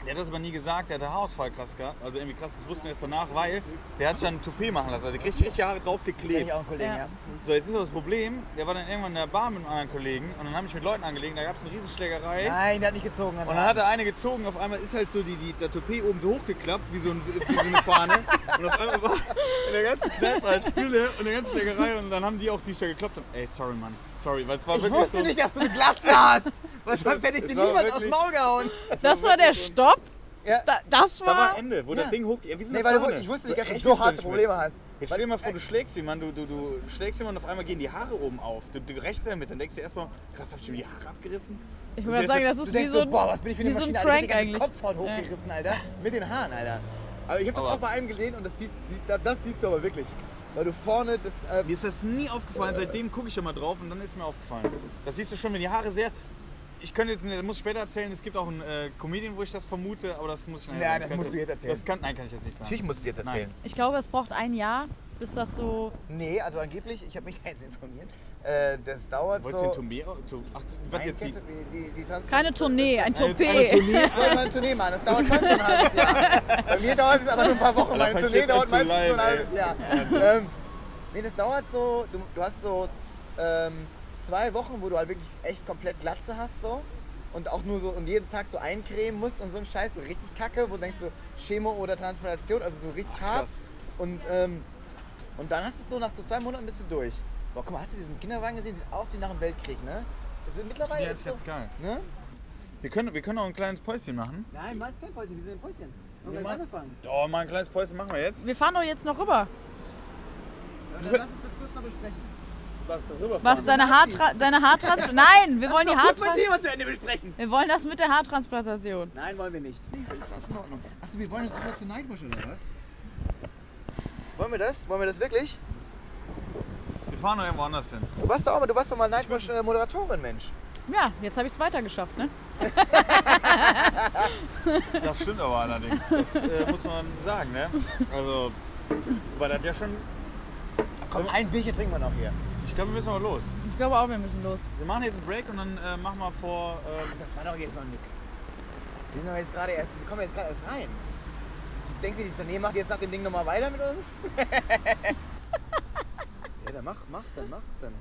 der hat das aber nie gesagt, der hatte Haarausfall krass gehabt. Also irgendwie krass, das wussten wir erst danach, weil der hat sich dann ein Toupet machen lassen. Also richtig, richtig Haare
Kenn
draufgeklebt.
ich auch einen Kollegen,
Ja.
ja.
So, jetzt ist aber das Problem, der war dann irgendwann in der Bar mit einem anderen Kollegen und dann habe ich mit Leuten angelegen, da gab es eine Riesenschlägerei.
Nein, der hat nicht gezogen.
Und dann hat er eine gezogen, auf einmal ist halt so die, die, der Toupet oben so hochgeklappt, wie so, ein, wie so eine Fahne. Und auf einmal war in der ganzen Kneipe halt Stille und der ganzen Schlägerei. Und dann haben die auch, die ich da geklappt haben, ey, sorry, Mann, sorry. Weil es war
ich
wirklich
wusste
so,
nicht, dass du eine Glatze hast. Weil sonst hätte ich
Es
dir
war
niemals aus dem
wirklich-
Maul gehauen.
Das war der Stopp.
Ja.
Da, das
Da war
war.
Ende, wo
Ja.
das Ding hoch. Ja, wie sind
Nee,
das
weil du,
Fahne?
ich wusste nicht, dass du
echt
so
wusste
harte
nicht mehr.
Probleme hast.
Jetzt stell dir mal vor, du schlägst jemanden, du, du, du schlägst jemanden und auf einmal gehen die Haare oben auf. Du, du rechst ja mit, dann denkst du erstmal, krass, hab ich mir die Haare abgerissen?
Ich wollte
Du
sagen, das
denkst
Du
ist wie
denkst
so
so,
ein,
boah, was bin ich für eine
wie so ein
Maschine,
Prank
Alter, ich hab die ganze
eigentlich.
Kopfhaut hochgerissen, Alter, mit den Haaren, Alter. Aber ich hab das
Aber-
auch bei einem gesehen und das siehst, siehst, das, das siehst du aber wirklich. Weil du vorne das... Äh,
Mir ist das nie aufgefallen, seitdem gucke ich ja mal drauf und dann ist mir aufgefallen. Das siehst du schon, wenn die Haare sehr. Ich könnte jetzt, das muss ich später erzählen, es gibt auch einen äh, Comedian, wo ich das vermute, aber das muss ich nachher
Nein, das
sagen. Ich kann
musst du jetzt erzählen.
Das kann, nein, kann ich jetzt nicht sagen.
natürlich musst du es jetzt erzählen.
Ich glaube, es braucht ein Jahr, bis das so.
Nee, also angeblich, ich habe mich jetzt informiert, äh, das dauert
Wolltest du den
so...
Tomé. To, ach, was
Nein,
jetzt Äh, die.
kennst du die, die, die Trans-
Keine Tournee, ein
eine- eine
Toupet.
Ich wollte mal ein Tournee machen, das dauert schon so ein halbes Jahr. Bei mir dauert es aber nur ein paar Wochen, meine
fand ich
Tournee
jetzt
dauert
echt zu
meistens nur ein
leid, ey.
halbes Jahr. Ähm, nee, das dauert so, du, du hast so z- ähm, zwei Wochen, wo du halt wirklich echt komplett Glatze hast so. Und auch nur so und jeden Tag so eincremen musst und so ein Scheiß, so richtig kacke, wo du denkst so Chemo oder Transplantation, also so richtig hart.
krass.
Und, ähm, und dann hast du es so, nach so zwei Monaten bist du durch. Boah, guck mal, hast du diesen Kinderwagen gesehen? Sieht aus wie nach dem Weltkrieg, ne? Also mittlerweile
Ja,
ist
ist
so,
ganz geil.
ne?
Wir können, wir können auch ein kleines Päuschen machen.
Nein, mach jetzt kein Päuschen, wir sind im Päuschen. Wir haben
mal-
gleich angefangen.
Oh, mal ein kleines Päuschen machen wir jetzt.
Wir fahren doch jetzt noch rüber.
Dann lass uns das kurz noch besprechen.
Was darüber
Was, deine, Haartra deine Haartransplantation? Nein, wir wollen die
Kurz mal
Haartransplantation.
Thema zu Ende besprechen.
Wir wollen das mit der Haartransplantation.
Nein, wollen wir nicht.
Ist in Ordnung. Achso, wir wollen jetzt sofort zu Nightwish oder was? Wollen wir das? Wollen wir das wirklich?
Wir fahren noch irgendwo anders hin.
Du warst doch auch mal, du warst doch mal Nightwish-Moderatorin, Mensch.
Ja, jetzt habe ich es weitergeschafft, ne?
Das stimmt aber allerdings. Das äh, muss man sagen, ne? Also, weil das ja schon.
Komm, ein Bierchen trinken wir noch hier.
Ich glaube, wir müssen mal los.
Ich glaube auch, wir müssen los.
Wir machen jetzt einen Break und dann äh, machen wir vor. ähm,
Ach, das war doch jetzt noch nix. Wir sind doch jetzt gerade erst, wir kommen jetzt gerade erst rein. Denkst du, die Tournee macht jetzt nach dem Ding nochmal weiter mit uns? ja, dann mach, mach, dann mach, dann.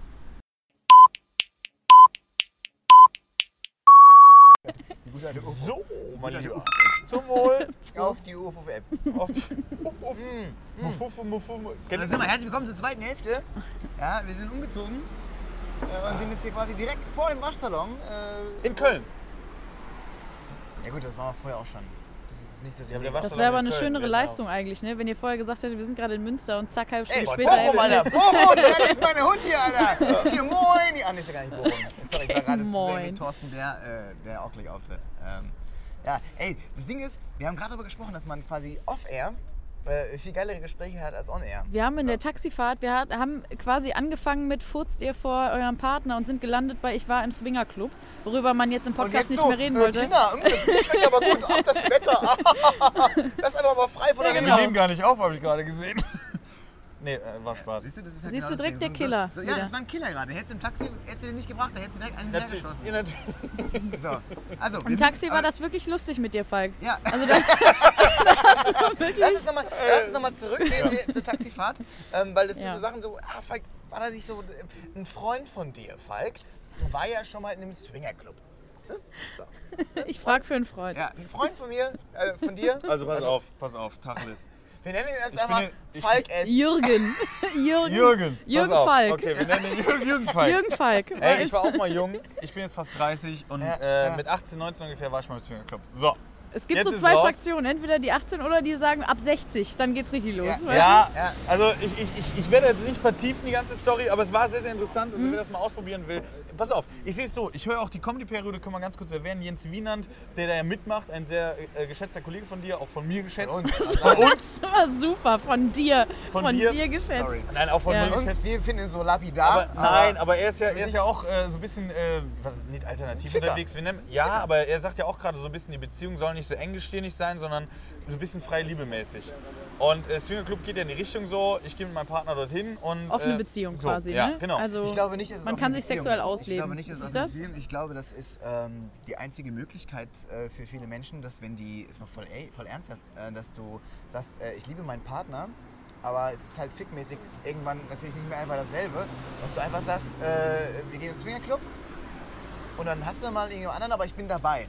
Äh, so, mein Lieber. Zum Wohl.
Auf die UFO-App.
Auf die. Uff, uff. Muff, uff, muff, uff. Kennt
Dann
ihr
sind wir
das?
herzlich willkommen zur zweiten Hälfte. Ja, wir sind umgezogen äh, und sind jetzt hier quasi direkt vor dem Waschsalon. Äh,
In Köln.
Ja gut, das war vorher auch schon. Das ist nicht so die
Ja, der
Mega-
war-
Das
Barcelona
wäre aber eine
Köln,
schönere
genau.
Leistung eigentlich, ne? Wenn ihr vorher gesagt hättet, wir sind gerade in Münster und zack, halb Stunde
Ey,
später. hättet
Bochum,
ihr-
Alter! Bochum! Das ist meine Hund hier, Alter! Hier, moin! Ah, nee, ist ja gar nicht Bochum. Sorry, ich war gerade zu sehen
Moin.
mit Thorsten, der, äh, der auch gleich auftritt. Ähm, ja, ey, das Ding ist, wir haben gerade darüber gesprochen, dass man quasi off-air äh, viel geilere Gespräche hat als on-air.
Wir haben in der Taxifahrt, wir hat- haben quasi angefangen mit Furzt ihr vor eurem Partner und sind gelandet bei Ich war im Swingerclub, worüber man jetzt im Podcast nicht mehr reden
äh,
wollte.
Kinder, mh, das schmeckt aber gut. Ach, das Wetter. das ist aber mal frei von der
Ja,
Leber.
genau.
Wir nehmen gar nicht auf, habe ich gerade gesehen. nee, äh, war Spaß.
Siehst du, das ist halt
Siehst
genau
du, direkt
das Ding.
der Killer
So, so, ja,
wieder.
das war ein Killer gerade. Hättest du im Taxi, hättest du den nicht gebracht, da hättest du direkt einen
Natürlich-
hinterhergeschossen.
ihr natürlich-
So. Also,
Im Taxi war das wirklich lustig mit dir, Falk.
Ja.
Also da,
Lass uns Äh. nochmal noch mal zurückgehen äh, zur Taxifahrt, ähm, weil das sind
Ja.
so Sachen so, ah, Falk, war das nicht so äh, ein Freund von dir, Falk? Du war ja schon mal in einem Swingerclub.
ich frage für einen Freund.
Ja, ein Freund von mir, äh, von dir.
Also pass auf, pass auf, Tacheles.
Wir nennen ihn jetzt
Ich bin
einfach
ja- ich-
Falk S.
Jürgen. Jürgen.
Jürgen.
Jürgen
pass auf.
Falk.
Okay, wir nennen ihn Jürgen, Jürgen Falk.
Jürgen Falk.
Ey, ich war auch mal jung. Ich bin jetzt fast 30 und
Ja,
äh,
ja.
mit 18, 19 ungefähr war ich mal im Swingerclub. So.
es gibt
jetzt
so
ist
zwei
raus.
Fraktionen, entweder die 18 oder die sagen ab 60, dann geht's richtig los.
Ja.
weißt du?
Ja,
Ja.
also ich, ich, ich, ich werde jetzt nicht vertiefen die ganze Story, aber es war sehr, sehr interessant.
Mhm.
Also wer das mal ausprobieren will, pass auf, ich sehe es so, ich höre auch die Comedy-Periode, können wir ganz kurz erwähnen. Jens Wienand, der da ja mitmacht, ein sehr äh, geschätzter Kollege von dir, auch von mir geschätzt.
Von uns.
Von uns.
Das war super, von dir.
Von
Von,
dir?
dir? geschätzt.
Sorry.
Nein, auch von
Ja.
mir
Bei uns,
geschätzt.
wir finden ihn so lapidar.
Aber, nein,
Ah.
aber er ist ja, er ist ja auch äh, so ein bisschen, äh, was ist, nicht alternativ
Ficker.
unterwegs. Wir nennen, ja, aber er sagt ja auch gerade so ein bisschen, die Beziehung soll nicht so engstirnig sein, sondern so ein bisschen frei liebemäßig. Und äh, Swingerclub geht ja in die Richtung so, ich gehe mit meinem Partner dorthin und...
Offene
äh,
Beziehung
so,
quasi.
Ja,
ne?
genau.
Also,
Ich glaube nicht, dass es
man
auch
kann
eine
sich
Beziehung
sexuell
ist. Ich
ausleben.
glaube nicht, dass es
ist
auch eine
das?
Beziehung. Ich glaube, das ist ähm, die einzige Möglichkeit äh, für viele Menschen, dass wenn die, ist mal voll, ey, voll ernsthaft, äh, dass du sagst, äh, ich liebe meinen Partner, aber es ist halt fickmäßig irgendwann natürlich nicht mehr einfach dasselbe, dass du einfach sagst, äh, wir gehen ins Swingerclub und dann hast du mal irgendjemand anderen, aber ich bin dabei.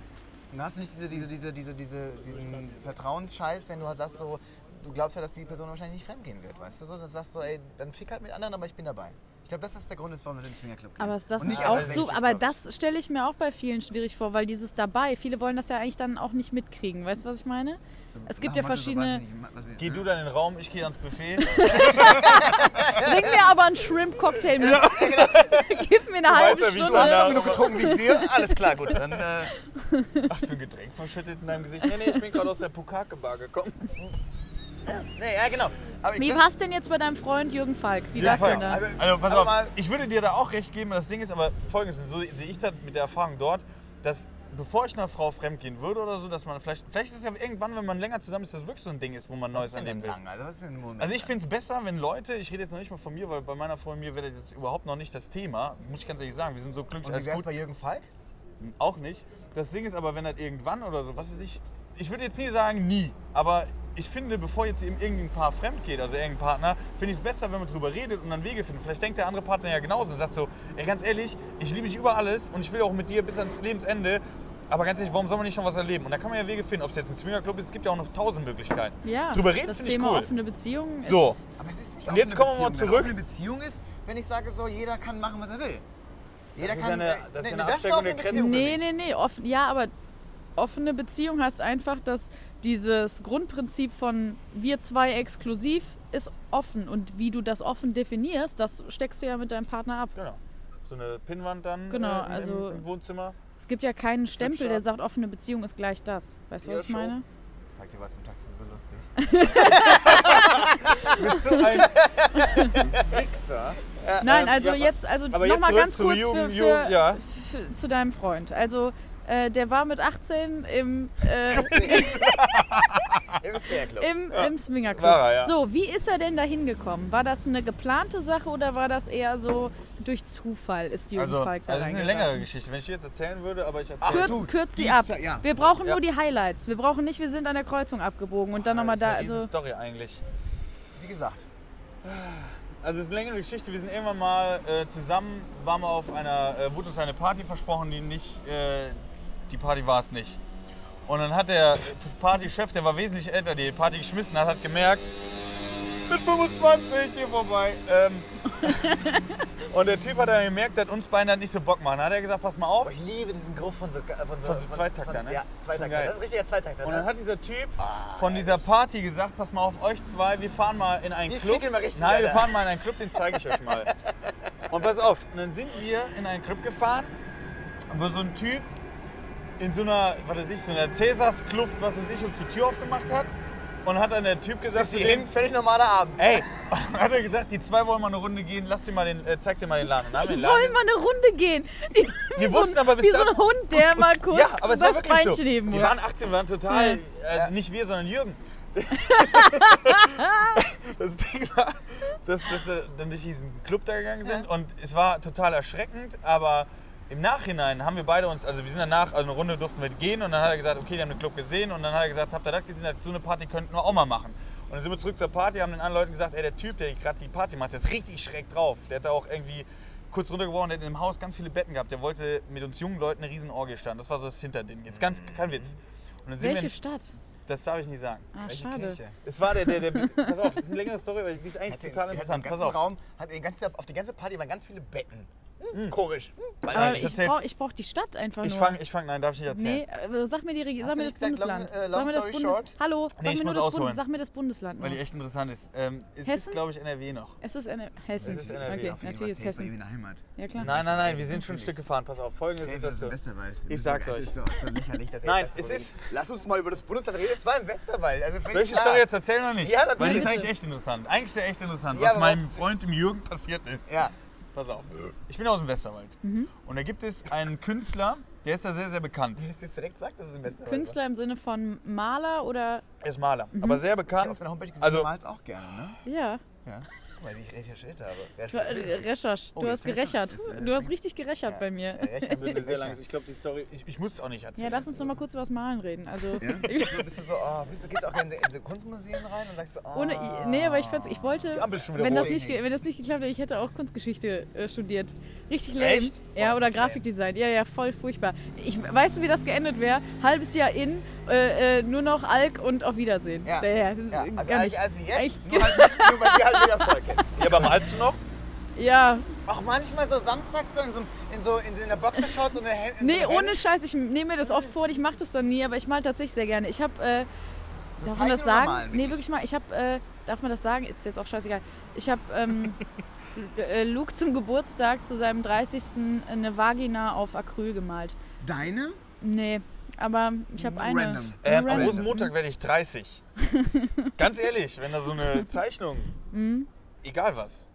Und dann hast du nicht diese, diese, diese, diese, diese, diesen Vertrauensscheiß, wenn du halt sagst so, du glaubst ja, dass die Person wahrscheinlich nicht fremdgehen wird, weißt du so? Dann sagst du, ey, dann fick halt mit anderen, aber ich bin dabei. Ich Ich glaube, das ist der Grund, ist, warum wir den Swingerclub gehen.
Aber ist das
Und
nicht
nicht
auch
alle
so?
60
Aber
Grad.
das stelle ich mir auch bei vielen schwierig vor, weil dieses dabei, viele wollen das ja eigentlich dann auch nicht mitkriegen. Weißt du, was ich meine? Es gibt ja verschiedene.
Hm?
Geh du dann in den Raum, ich gehe ans Buffet.
Bring mir aber einen Shrimp-Cocktail mit. Gib mir eine halbe
genau. ja, wie ich
Stunde.
Urlaub
genug getrunken, wie ich sehe. Alles klar, gut. Dann, äh,
Hast du ein Getränk verschüttet in deinem Gesicht? Nee, nee, ich bin gerade aus der Pukake-Bar gekommen.
nee, ja, genau. Aber ich,
Wie
das,
war's denn jetzt bei deinem Freund Jürgen Falk? Wie war's denn da?
Also, also pass
aber
auf,
mal-
ich würde dir da auch recht geben. Das Ding ist aber folgendes, und so sehe ich das mit der Erfahrung dort, dass bevor ich einer Frau fremdgehen würde oder so, dass man vielleicht, vielleicht ist es ja irgendwann, wenn man länger zusammen ist, das wirklich so ein Ding ist, wo man
was
Neues
ist denn
erleben
denn
will.
lang? Also, was ist denn ein Moment?
Also ich finde es besser, wenn Leute, ich rede jetzt noch nicht mal von mir, weil bei meiner Freundin mir wäre das jetzt überhaupt noch nicht das Thema, muss ich ganz ehrlich sagen, wir sind so glücklich,
Und wie
alles
wär's
gut,
bei Jürgen Falk?
auch nicht. Das Ding ist aber, wenn das irgendwann oder so, was weiß ich, ich würde jetzt nie sagen nie, aber ich finde, bevor jetzt eben irgendein Paar fremd geht, also irgendein Partner, finde ich es besser, wenn man drüber redet und dann Wege findet. Vielleicht denkt der andere Partner ja genauso und sagt so, ey, ganz ehrlich, ich liebe dich über alles und ich will auch mit dir bis ans Lebensende, aber ganz ehrlich, warum soll man nicht noch was erleben? Und da kann man ja Wege finden, ob es jetzt ein Swingerclub ist, es gibt ja auch noch tausend Möglichkeiten.
Ja,
drüber reden
das
finde ich
Thema
cool.
offene Beziehungen ist.
So.
Aber es ist nicht
Und
auch
jetzt
eine
kommen wir mal
Beziehung,
zurück.
Wenn eine Beziehung ist, wenn ich sage, so, jeder kann machen, was er will. Jeder
ist
kann.
eine-
äh,
das ist
nee,
eine
nee, war
Absteckung der
offene Beziehung.
Grenzen.
Nee, nee, nee. Offen, ja, aber offene Beziehung heißt einfach, dass dieses Grundprinzip von wir zwei exklusiv ist offen. Und wie du das offen definierst, das steckst du ja mit deinem Partner ab.
Genau. So eine Pinnwand dann
Genau,
äh, im,
also-
im, im Wohnzimmer.
Es gibt ja keinen Stempel,
Stimmt
der
schon.
sagt, offene Beziehung ist gleich das. Weißt du,
Ja,
was ich
schon.
meine?
Frag dir was im Taxi so lustig.
Bist du ein Wichser?
Nein,
Ähm,
also
ja,
jetzt, also
aber jetzt
nochmal
zurück
ganz
zu
kurz für,
Jugend-
für,
Jugend- ja.
f- zu deinem Freund. Also äh, der war mit 18 im, äh,
Im Swingerclub.
im, im Swingerclub.
War er, ja.
So, wie ist er denn da hingekommen? War das eine geplante Sache oder war das eher so durch Zufall ist Jürgen
Also,
Falk da
das ist eine
reingeraten?
längere Geschichte, wenn ich die jetzt erzählen würde, aber ich erzähle.
Kürz,
du,
kürz sie
die
ab.
Zeit, ja.
Wir brauchen
Ja.
nur die Highlights. Wir brauchen nicht, wir sind an der Kreuzung abgebogen und dann nochmal da.
Das ist eine
Also,
Story eigentlich.
Wie gesagt.
Also es ist eine längere Geschichte. Wir sind irgendwann mal äh, zusammen, waren wir auf einer, äh, wurde uns eine Party versprochen, die nicht, äh, die Party war es nicht. Und dann hat der Partychef, der war wesentlich älter, die Party geschmissen hat, hat gemerkt, mit 25 hier vorbei. Ähm, und der Typ hat dann gemerkt, dass uns beiden das nicht so Bock machen. Dann hat er gesagt, pass mal auf.
Aber ich liebe diesen Geruch von so. äh, Von so,
Von so Zweitakter, ne?
Ja,
Schon
Zweitakter.
geil.
Das ist ein richtiger Zweitakter.
Und
ne?
dann hat dieser Typ von dieser Party gesagt, pass mal auf euch zwei, wir fahren mal in einen
Wir
Club.
ficken mal richtig,
Nein, wir
Alter.
fahren mal in einen Club, den zeige ich euch mal. Und pass auf, und dann sind wir in einen Club gefahren, wo so ein Typ in so einer, was weiß ich, so einer Cäsarskluft, was weiß ich, uns die Tür aufgemacht hat. Und hat dann der Typ gesagt, zu
Bis
dem,
hierhin völlig normaler Abend.
ey, hat er gesagt, die zwei wollen mal eine Runde gehen, lass dir mal den, äh, zeig dir mal den Laden. Und dann haben wir
die
den Laden
wollen mal eine Runde gehen. Die, wie
wir
so
wussten
ein,
aber bis
Wie so
dann-
ein Hund, der mal kurz
ja, aber es war
das
wirklich
Beinchen
so.
heben muss.
Wir waren 18, wir waren total, äh, nicht wir, sondern Jürgen. das Ding war, dass, dass wir dann durch diesen Club da gegangen sind und es war total erschreckend, aber im Nachhinein haben wir beide uns, also wir sind danach, also eine Runde durften wir gehen und dann hat er gesagt, okay, die haben den Club gesehen und dann hat er gesagt, habt ihr das gesehen, so eine Party könnten wir auch mal machen. Und dann sind wir zurück zur Party, haben den anderen Leuten gesagt, ey, der Typ, der gerade die Party macht, der ist richtig schräg drauf. Der hat da auch irgendwie kurz runtergebrochen, der hat in dem Haus ganz viele Betten gehabt. Der wollte mit uns jungen Leuten eine Riesenorgie starten. Das war so das Hinterding. Jetzt ganz, kein Witz. Und dann sind
Mhm. Welche
wir,
Stadt?
das darf ich nicht sagen.
Ah, schade.
Es war der, der, der, pass auf, das ist eine längere Story, aber die ist eigentlich
Hat den-
total
hat
interessant.
Den
Pass
ganzen
auf.
Raum, hat den ganzen, auf die ganze Party waren ganz viele Betten. Hm, Komisch. Hm, weiß
Ah.
Aber
nicht.
ich
erzähl's.
brauche ich brauch die Stadt einfach
Ich
nur.
fange, ich fang, nein, darf ich nicht erzählen.
Nee, äh, sag mir, die Regi- sag
du
mir das
nicht gesagt, long-
Bundesland.
äh, long
sag mir das
story
Bundes
short?
Hallo,
Nee,
sag
ich
mir nur
muss
das Bund
ausholen.
sag mir das Bundesland.
Weil die
nur.
echt interessant ist. Ähm, es
Hessen?
ist, glaube ich, NRW noch.
Es ist eine Hessen.
Es ist NRW, auf jeden
okay, natürlich ist Hessen.
Heimat.
Ja klar.
Nein, nein, nein, wir sind schon ein Stück gefahren. Pass auf, folgende Situation.
Westerwald.
Ich sag's
Das
euch.
Ist so, so lächerlich, dass ihr
Nein,
jetzt
es
sagt,
ist-
Lass uns mal über das Bundesland reden. Es war im Westerwald. Also völlig
Soll ich die
klar.
Story jetzt erzählen oder nicht?
Ja, natürlich.
Weil die ist eigentlich echt interessant. Eigentlich ist ja echt interessant,
Ja,
was
aber-
meinem Freund dem Jürgen passiert ist.
Ja.
Pass auf. Ich bin aus dem Westerwald. Und da gibt es einen Künstler, der ist da sehr, sehr bekannt.
Dass du jetzt direkt sagt, dass es im Westerwald
Künstler im Sinne von Maler oder
Er ist Maler, aber sehr
war. Ich hab
bekannt.
auf deiner Homepage gesehen,
Also-
du malst auch gerne, ne?
ja,
Ja. Guck mal, wie ich recherchiert habe.
du, äh, Recherche. Du
jetzt
hast
bin ich
gerechert.
schon- ist, äh,
Du hast richtig gerechert bei mir.
Rechnen
wird eine sehr lange. Ich glaube, die Story. Ich, ich muss es auch nicht erzählen.
Ja, lass uns noch mal kurz über das Malen reden. Also
So, bist du so, oh, bist du, gehst du auch gerne in so Kunstmuseen rein und sagst so, oh.
ohne nee, aber ich fand's, ich wollte
Die Ampel ist schon wieder
wenn das
rot.
nicht ge- wenn das nicht geklappt hätte, ich hätte auch Kunstgeschichte äh, studiert. Richtig lame.
Echt?
Ja,
Boah, das
oder
ist lame.
Grafikdesign. Ja, ja, voll furchtbar. Ich weißt du, wie das geendet wäre? Halbes Jahr in äh, äh, nur noch Alk und auf Wiedersehen.
Ja.
Ja, ja, das ist äh,
Ja, also
gar
eigentlich
nicht.
alles wie jetzt,
Echt?
nur, halt, nur weil wir halt wieder Erfolg jetzt.
Ja, aber malst du noch?
Ja,
Auch manchmal so samstags so in so, in so in, so einer Boxershorts und einer Hemd.
nee, ohne Scheiß, ich nehme mir das oft vor und ich mache das dann nie, aber ich male tatsächlich sehr gerne. Ich habe, äh, darf man
zeichnen
das
oder
sagen?
malen,
nee, wirklich mal, ich habe, äh, darf man das sagen? Ist jetzt auch scheißegal. Ich habe ähm, äh, Luke zum Geburtstag, zu seinem 30. eine Vagina auf Acryl gemalt.
Deine?
Nee, aber ich habe eine.
Random.
eine
Äh, am
random.
Rosenmontag werde ich 30. Ganz ehrlich, wenn da so eine Zeichnung,
Mhm.
egal was,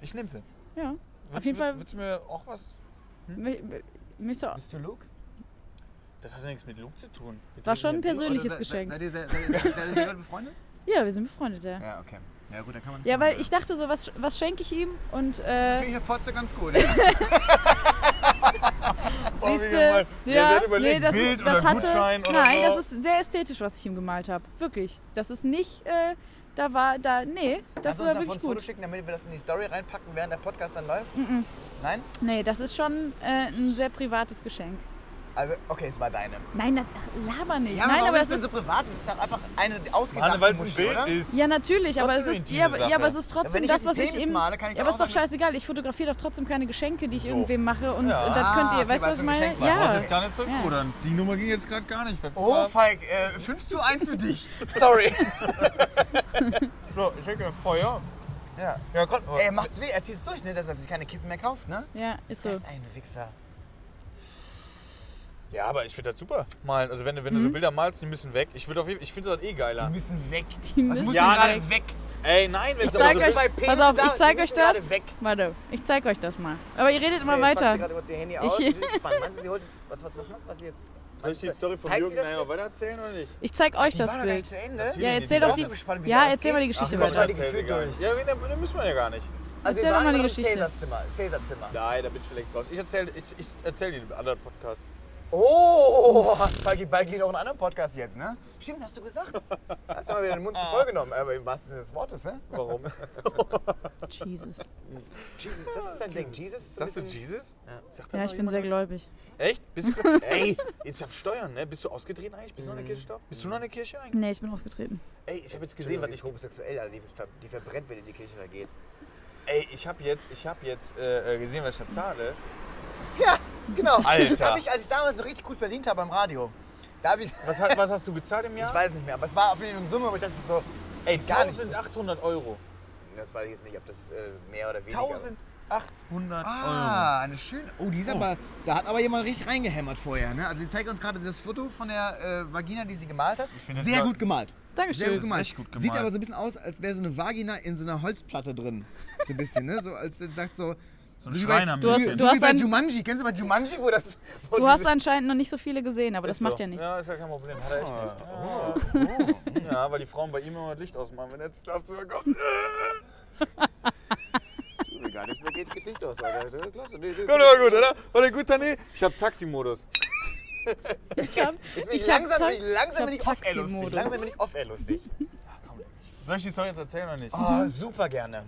ich nehme sie.
Ja.
Willst,
Mhm. jeden
du-
Fall-
Willst du mir auch was?
Mich- mich so-
Hm? Bist du Luke?
Das hat ja nichts mit Luke zu tun. Wir
War
trinken
schon ein
ja Bier.
persönliches
Oder se-
Geschenk.
se- Seid ihr, seid, seid, ihr- seid ihr sogar befreundet?
Ja, wir sind befreundet, ja.
Ja, okay. Ja gut, da kann man
Ja, weil ich dachte so, was, was schenke ich ihm? Und äh,
Finde ich eine Fotze ganz gut. Ja.
wie
siehst
gemein.
du,
Wer
ja,
hätte überlegt,
nee, das
Bild
ist, das
oder
hatte,
Gutschein oder
nein, das
so?
ist sehr ästhetisch, was ich ihm gemalt habe, wirklich. Das ist nicht, äh, da war, da, nee, das
Kannst du uns davon
war
ein
wirklich
Foto
gut. Mm,
schicken, damit wir das in die Story reinpacken, während der Podcast dann läuft? Nein?
Nee, das ist schon äh, ein sehr privates Geschenk.
Also, okay, es war deine.
Nein, das, ach, laber nicht.
Ja,
nein,
warum
aber
ist
es
denn so
ist,
privat? Es ist doch einfach eine
Hanne,
ausgedachte
weil es Ah, ne, ein
Muschel,
Bild
oder?
ist.
ja natürlich, aber es
trotzdem
ist,
eine
ja,
intime
aber, ja, aber es
Sache.
ist
wenn
trotzdem
ich
das,
jetzt
was
einen
ich
Penis
ihm,
male, kann ich
ja,
doch
aber
auch
ist doch
sagen, das-
scheißegal. Ich fotografiere doch trotzdem keine Geschenke, die ich irgendwem mache und,
Ja.
und dann könnt
Ah,
ihr,
okay,
weißt du,
weil
was
es
ich
ein
meine?
Geschenk war.
Ja.
Das
Das kann jetzt zurückrudern. Die Nummer ging jetzt gerade gar nicht. Das
Oh,
war-
Falk, äh, 5 zu 1 für dich. Sorry.
So, ich denke, Feuer.
ja.
Ja, Gott.
Ey, macht's weh, er zieht's durch, ne, dass er sich keine Kippen mehr kauft, ne?
Ja, ist so.
Das ist ein Wichser.
Ja, aber ich finde das super. Malen. Also wenn, du-
Mhm.
wenn du so Bilder malst, die müssen weg. Ich, würd auf jeden- ich finde das eh geiler.
Die müssen weg.
Die
Was
müssen
muss
Ja,
denn gerade
weg.
weg?
Ey, nein, wenn
Ich
du
zeig
sind
euch,
zwei Penisse
pass auf,
da,
ich
die
zeig euch
müssen
das.
gerade weg.
Warte, ich zeig euch das mal. Aber ihr redet immer
Nee, jetzt packt sie
weiter.
gerade kurz ihr Handy aus.
Ich-
Ich bin gespannt. Meinst du, sie holt jetzt... Was, was, was, was, was sie jetzt...
Soll ich die Story von
Zeigt
Jürgen
sie das
nachher noch weitererzählen oder nicht?
Ich zeig euch
Die
das
war noch gar nicht
Bild.
zu Ende.
Natürlich.
Ja,
Die
erzähl
sind
doch
auch
die.
so gespannt, wie
Ja,
das
erzähl mal die
ausgeht.
Geschichte
Ach,
weiter.
die
erzähl sie
geführt
gar
durch.
nicht. Ja, dann, dann müssen wir ja gar nicht.
Also
Erzähl
wir
doch
waren
mal
gerade
die
im
Geschichte.
Cäsarszimmer. Cäsarszimmer.
Nein, da bin ich schon längst raus. Ich erzähle ich, ich erzähl dir den anderen Podcast.
Oh, hat Falki Balki noch einen anderen Podcast jetzt, ne? Stimmt, hast du gesagt. Hast du mal wieder den Mund zu voll genommen, aber im wahrsten Sinne des Wortes, ne?
Warum?
Jesus.
Jesus, das ist dein Ding. Jesus ist so ein
Sagst du
bisschen-
Jesus? Sagt da
Ja,
noch
ich bin sehr
jemand?
gläubig.
Echt? Bist du. Ey, jetzt hab Steuern, ne? Bist du ausgedreht eigentlich? Bist du noch in der Kirche gestorben? Bist du noch in der Kirche eigentlich?
Nee, ich bin ausgetreten.
Ey, ich hab jetzt gesehen, was ich.
homosexuell, Alter, die, wird ver die verbrennt, wenn die in die Kirche da geht.
Ey, ich hab jetzt, ich hab jetzt äh, äh, gesehen, was ich da zahle.
Ja, genau. Das
Alter.
habe ich, als ich damals so richtig gut verdient habe beim Radio. Da hab ich,
Was, hat- was hast du gezahlt im Jahr?
ich weiß nicht mehr, aber es war auf jeden Fall eine Summe, wo ich dachte so,
Ey,
gar nicht.
1800 Euro.
das weiß ich jetzt nicht, ob das äh, mehr oder weniger
1800
Ah, eine schöne. Oh, die ist aber. Da hat aber jemand richtig reingehämmert vorher. Ne? Also, sie zeigt uns gerade das Foto von der äh, Vagina, die sie gemalt hat.
finde, das
Sehr
war-
gut gemalt. Sehr gut
Dankeschön.
gemalt.
echt gut
Sieht
gemalt.
aber so ein bisschen aus, als wäre so eine Vagina in so einer Holzplatte drin. So ein bisschen, ne? So als sagt so. So
ein
wie bei-
Schreiner ein
so wie-
bisschen.
So
Du hast
wie bei
ein-
Jumanji. Kennst du bei Jumanji, wo das. Wo
Du hast anscheinend noch nicht so viele gesehen, aber das macht
so.
ja nichts.
Ja, ist ja kein Problem. Hat er echt nicht. Ja, ja, weil die Frauen bei ihm immer das Licht ausmachen, wenn er ins Schlafzimmer kommt.
diese- Gar nichts mehr geht, geht Licht aus, Alter. Klasse. Nee, nee.
Kommt aber gut, oder? War der gut, Tani? Ich hab Taximodus.
Ich hab,
Jetzt bin ich,
hab
langsam,
Ta-
bin ich, langsam bin
ich
ich
hab
off air lustig.
Taximodus.
Langsam bin ich off air lustig.
Soll ich die Story jetzt erzählen oder nicht?
Oh, super gerne.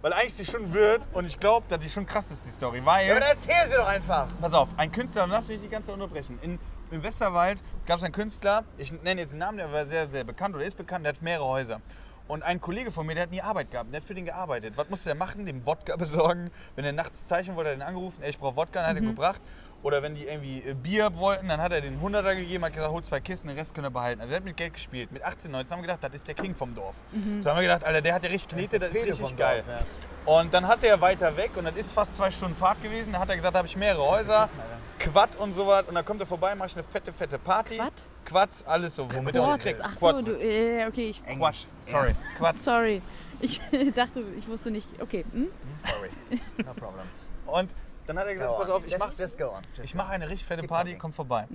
Weil eigentlich die schon wird und ich glaube, dass die schon krass ist, die Story. Weil,
Ja, aber dann erzähl sie doch einfach.
pass auf, ein Künstler, und darf ich die ganze Zeit unterbrechen. In, Im Westerwald gab es einen Künstler, ich nenne jetzt den Namen, der war sehr, sehr bekannt oder ist bekannt, der hat mehrere Häuser. Und ein Kollege von mir, der hat nie Arbeit gehabt, der hat für den gearbeitet. Was musste er machen? Dem Wodka besorgen. Wenn er nachts zeichnen wollte, hat er den angerufen, ey, ich brauche Wodka, dann hat er gebracht. Oder wenn die irgendwie äh, Bier wollten, dann hat er den 100er gegeben, hat gesagt, hol zwei Kisten, den Rest könnt ihr behalten. Also er hat mit Geld gespielt. Mit 18, 19 haben wir gedacht, das ist der King vom Dorf. So haben wir gedacht, Alter, der hat ja richtig Knete, das ist
Pede
richtig
vom
geil.
Dorf, ja.
Und dann hat er weiter weg und das ist fast zwei Stunden Fahrt gewesen. Da hat er gesagt, da habe ich mehrere Häuser, Quad und sowas. Und dann kommt er vorbei, mache ich eine fette, fette Party.
Quad?
Quad, alles so, womit er uns kriegt.
Quarz. Ach so, du, äh, okay, ich,
Quad, sorry. Quad,
sorry. Ich dachte, ich wusste nicht. Okay, hm?
sorry. No problem. Und dann hat er gesagt, pass auf, ich mache
Just go on.
ich mach eine richtig fette
Keep
Party,
talking.
kommt vorbei.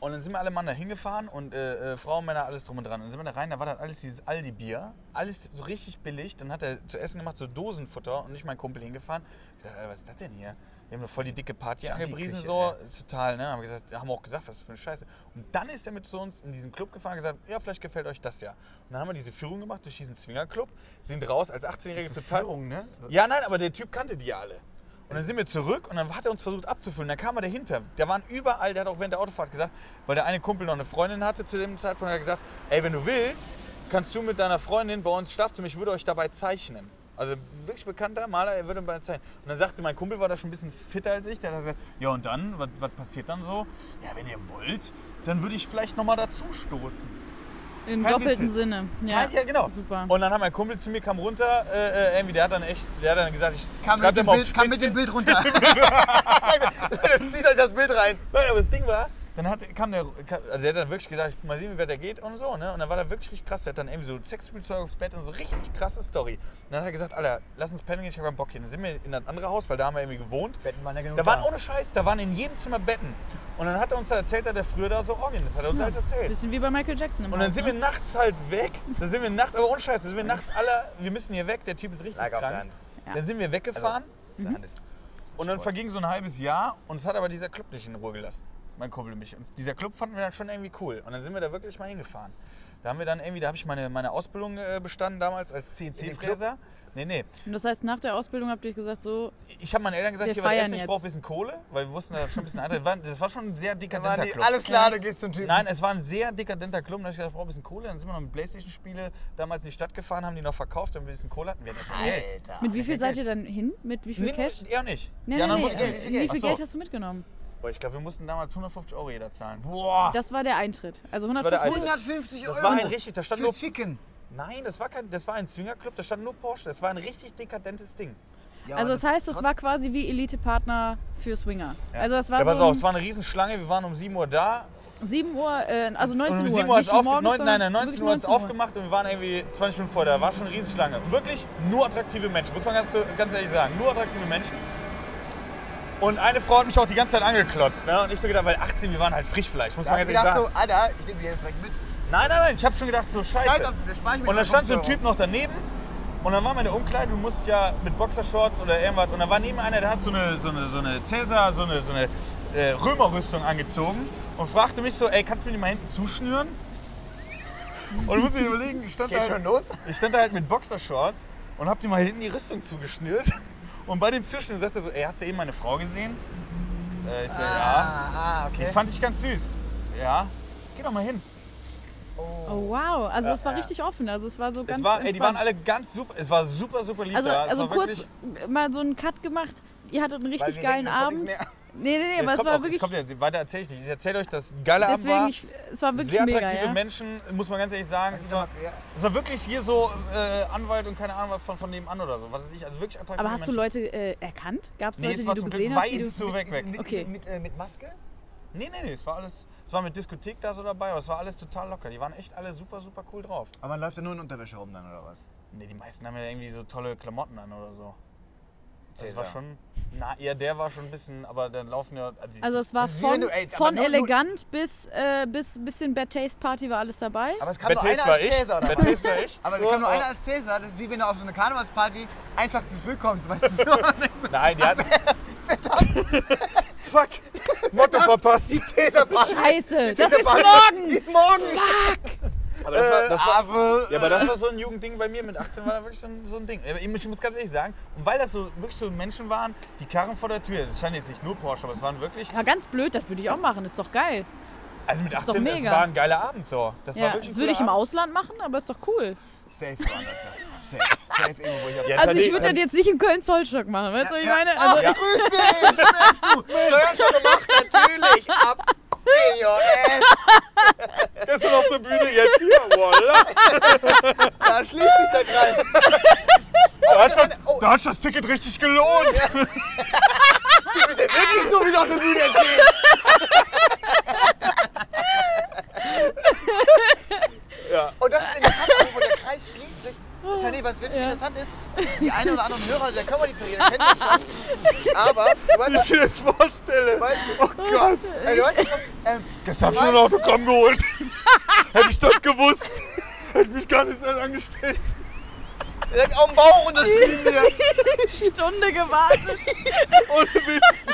Und dann sind wir alle Mann da hingefahren und äh, äh, Frauen, Männer, alles drum und dran. Und dann sind wir da rein, da war dann alles dieses Aldi-Bier, alles so richtig billig. Dann hat er zu essen gemacht, so Dosenfutter und ich mein Kumpel hingefahren. Ich dachte, Alter, was ist das denn hier? Wir haben doch voll die dicke Party angepriesen,
Küche,
so total, ne? Haben wir gesagt, haben wir auch gesagt, was für eine Scheiße. Und dann ist er mit zu uns in diesen Club gefahren und gesagt, ja, vielleicht gefällt euch das ja. Und dann haben wir diese Führung gemacht durch diesen Swingerclub, sind raus als 18-Jährige total.
ne?
Ja, nein, aber der Typ kannte die ja alle. Und dann sind wir zurück und dann hat er uns versucht abzufüllen. Dann kam er dahinter. Da waren überall, der hat auch während der Autofahrt gesagt, weil der eine Kumpel noch eine Freundin hatte zu dem Zeitpunkt, hat er gesagt, ey, wenn du willst, kannst du mit deiner Freundin bei uns Schlafzimmer, ich würde euch dabei zeichnen. Also wirklich bekannter Maler, er würde bei sein. Und dann sagte mein Kumpel, war da schon ein bisschen fitter als ich, der hat gesagt, ja und dann, was was passiert dann so? Ja, wenn ihr wollt, dann würde ich vielleicht nochmal dazu stoßen.
Im
Kein
doppelten
Witz.
Sinne.
Ja,
Ja,
ja genau.
Super.
Und dann hat mein Kumpel zu mir, kam runter, äh, äh, irgendwie, der hat dann echt, der hat dann gesagt, ich
Kam
schreib
mit,
dir
dem
mal auf
Bild, kam mit
Spitze.
dem Bild runter.
Zieht euch das Bild rein. Nein, aber das Ding war, dann hat, kam der, kam, also der hat dann wirklich gesagt, mal sehen, wie weit der geht und so, ne? Und dann war der wirklich richtig krass. Der hat dann irgendwie so Sexspielzeug aufs Bett und so richtig krasse Story. Und dann hat er gesagt, Alter, lass uns pennen gehen, ich hab keinen Bock hier. Dann sind wir in das andere Haus, weil da haben wir irgendwie gewohnt.
Betten waren ja genug
Da waren
da.
ohne Scheiß, da waren in jedem Zimmer Betten. Und dann hat er uns da erzählt, dass er früher da so Orgien, das hat er uns alles erzählt.
Bisschen wie bei Michael Jackson im
Und dann
Haus,
sind wir
ne?
nachts halt weg. Da sind wir nachts, aber ohne Scheiß, da sind wir nachts alle, wir müssen hier weg, der Typ ist richtig
Lag auf der
krank.
Hand.
Dann sind wir
Also
weggefahren.
Der Hand ist-
Und dann verging so ein halbes Jahr und es hat aber dieser Club nicht in Ruhe gelassen. Mein Kumpel und mich. Und dieser Club fanden wir dann schon irgendwie cool. Und dann sind wir da wirklich mal hingefahren. Da haben wir dann irgendwie, da habe ich meine, meine Ausbildung äh, bestanden damals als CNC-Fräser. Nee, nee.
Und das heißt, nach der Ausbildung habt ihr euch gesagt, so,
Ich habe meinen Eltern gesagt,
Wir
hier was
feiern
essen, ich
jetzt.
brauche ein bisschen Kohle, weil wir wussten, das war schon ein bisschen anders. war. Das war schon ein sehr
Da waren
dekadenter
die,
Club.
alles klar, du gehst zum Typen.
Nein, es war ein sehr dekadenter Club. Da hab ich gedacht, ich brauche ein bisschen Kohle. Dann sind wir noch mit Playstation-Spiele damals in die Stadt gefahren, haben die noch verkauft, damit wir ein bisschen Kohle hatten. Wir hatten Ah, ja schon Geld.
mit wie viel seid ihr dann hin? Mit wie viel
Nee,
Cash?
nee, er und ich.
Nee,
Die
nee,
anderen
nee.
mussten-
äh, Wie
Ach
viel
so.
Geld hast du mitgenommen?
Boah, ich glaube, wir mussten damals 150 Euro jeder zahlen.
Boah.
Das war der Eintritt. Also
war der
150
150 Euro.
Das war ein richtig, da stand nur.
Fürs Ficken.
Nein, das war kein, das war ein Swingerclub, da stand nur Porsche. Das war ein richtig dekadentes Ding.
Ja,
Also
aber
das heißt, es war quasi wie Elite-Partner für Swinger. Also das war
Ja, pass
so
auf,
um
es war eine Riesenschlange, wir waren um 7 Uhr da.
7 Uhr, äh, also
Und
19
um
Uhr.
7 Uhr hat's
nicht
aufge-
morgens,
neun-
sondern
nein, nein, 19
wirklich
Uhr hat es aufgemacht und wir waren irgendwie 20 Minuten vorher. Da war schon eine Riesenschlange. Wirklich nur attraktive Menschen, muss man ganz, ganz ehrlich sagen. Nur attraktive Menschen. Und eine Frau hat mich auch die ganze Zeit angeklotzt. Ne? Und ich so gedacht, weil 18, wir waren halt Frischfleisch, muss
Da
man
hast du
ganz ehrlich
gedacht
sagen.
so, Alter, ich nehme die jetzt direkt mit.
Nein, nein, nein, ich habe schon gedacht, so
Scheiß
scheiße.
auf, da spare ich mir
Und dann
die
stand so ein
50
Typ noch daneben und dann war meine Umkleide, du musst ja mit Boxershorts oder irgendwas. Und da war neben einer, der hat so eine, so eine, so eine Cäsar, so eine, so eine äh, Römerrüstung angezogen und fragte mich so, ey, kannst du mir die mal hinten zuschnüren? Und du musst dir überlegen, ich stand, da
Geht schon
halt,
los?
ich stand da halt mit Boxershorts und hab dir mal hinten die Rüstung zugeschnürt. Und bei dem Zuschnüren sagte er so, ey, hast du eben meine Frau gesehen? Äh, ich so, ja.
Ah, ah,
Die
okay.
fand ich ganz süß. Ja, geh doch mal hin.
Oh wow, also es war richtig offen, also es war so ganz
Es war, ey, die waren
entspannt.
alle ganz super, es war super, super lieb
Also,
da. Es
also
war
kurz
wirklich-
mal so einen Cut gemacht. Ihr hattet einen richtig
wir
geilen
denken, es kommt
Abend.
nichts
Nee, nee, nee,
Es
aber es
kommt
war
auch, es
wirklich
kommt ja, weiter erzähle ich nicht. Ich erzähle euch, dass geile Abend
deswegen
war.
ich, es war wirklich
sehr
mega,
attraktive
ja.
Menschen, muss man ganz ehrlich sagen. Es war,
Ja.
es war wirklich hier so äh, Anwalt und keine Ahnung was von, von nebenan oder so. Was weiß ich, also wirklich attraktive
Aber hast du
Menschen.
Leute äh, erkannt? Gab es
Nee,
Leute,
es war
die du
zum
gesehen
Glück
hast, die du
weiß so weg, weg.
Mit,
Okay.
okay. mit, äh, mit Maske?
Nee, nee, nee, es war alles, es war mit Diskothek da so dabei, aber es war alles total locker. Die waren echt alle super, super cool drauf.
Aber man läuft ja nur in Unterwäsche rum dann, oder was?
Nee, die meisten haben ja irgendwie so tolle Klamotten an oder so. Das
Cäsar.
war schon, na, ja, der war schon ein bisschen, aber dann laufen ja, also die-
Also es war
Wie
von,
wenn du- ey, aber
von
nur- nur-
elegant bis, äh, bis bisschen Bad Taste Party war alles dabei.
Aber es kam nur
Betis
einer
war
als
ich,
Cäsar, oder was?
Betis war ich.
Aber es
Oh,
kam nur
oh.
einer als Cäsar, das ist wie wenn du auf so eine Karnevalsparty einen Tag zu früh kommst, weißt du so. so
Nein, die hatten. Fuck! Motto verpasst!
Cäsar-Party.
Scheiße, das ist
Party.
morgen!
Ist morgen!
Aber das war,
Äh,
das war,
Ave.
ja, aber das war so ein Jugendding bei mir. Mit 18 war das wirklich so ein, so ein Ding. Aber Ich muss- ich muss ganz ehrlich sagen, und weil das so wirklich so Menschen waren, die Karren vor der Tür. Das standen jetzt nicht nur Porsche, aber es waren wirklich.
Ja, ganz blöd, das würde ich auch machen, ist doch geil.
Also mit
Ist doch
18, das
mega.
war ein geiler Abend so. Das war
Ja,
wirklich
das
ein
würde ich im
cooler Abend.
Ausland machen, aber ist doch cool.
Safe, woanders, ja. Safe, safe irgendwo, wo ich auf
Ja, ähm,
Also
Tade-
ich würde das jetzt nicht in Köln-Zollstock machen, weißt du, was ich meine? Also,
Ach, äh, grüß dich! Mensch, du! Mensch, schon gemacht, natürlich! Ab! Senior, ey!
Der ist schon auf der Bühne jetzt hier. Voila.
Da schließt sich der Kreis! Oh,
Da hat, schon, da hat schon das Ticket richtig gelohnt.
Du bist ja wirklich so, wie du auf der Bühne gehst!
Ja.
Und das ist interessant, wo der Kreis schließt sich. Tani, was wirklich interessant ist, die einen oder anderen Hörer der Comedy-Periode kennen das schon. Aber, du weißt,
ich mir das vorstelle.
Weil-
Oh Gott.
Ey, du weißt, ähm,
Gestern hab ich schon ein Autogramm geholt. Hätte ich das gewusst. Hätte mich gar nicht erst angestellt.
direkt auf dem Bauch unterschrieben hier.
Stunde gewartet.
Ohne Witz.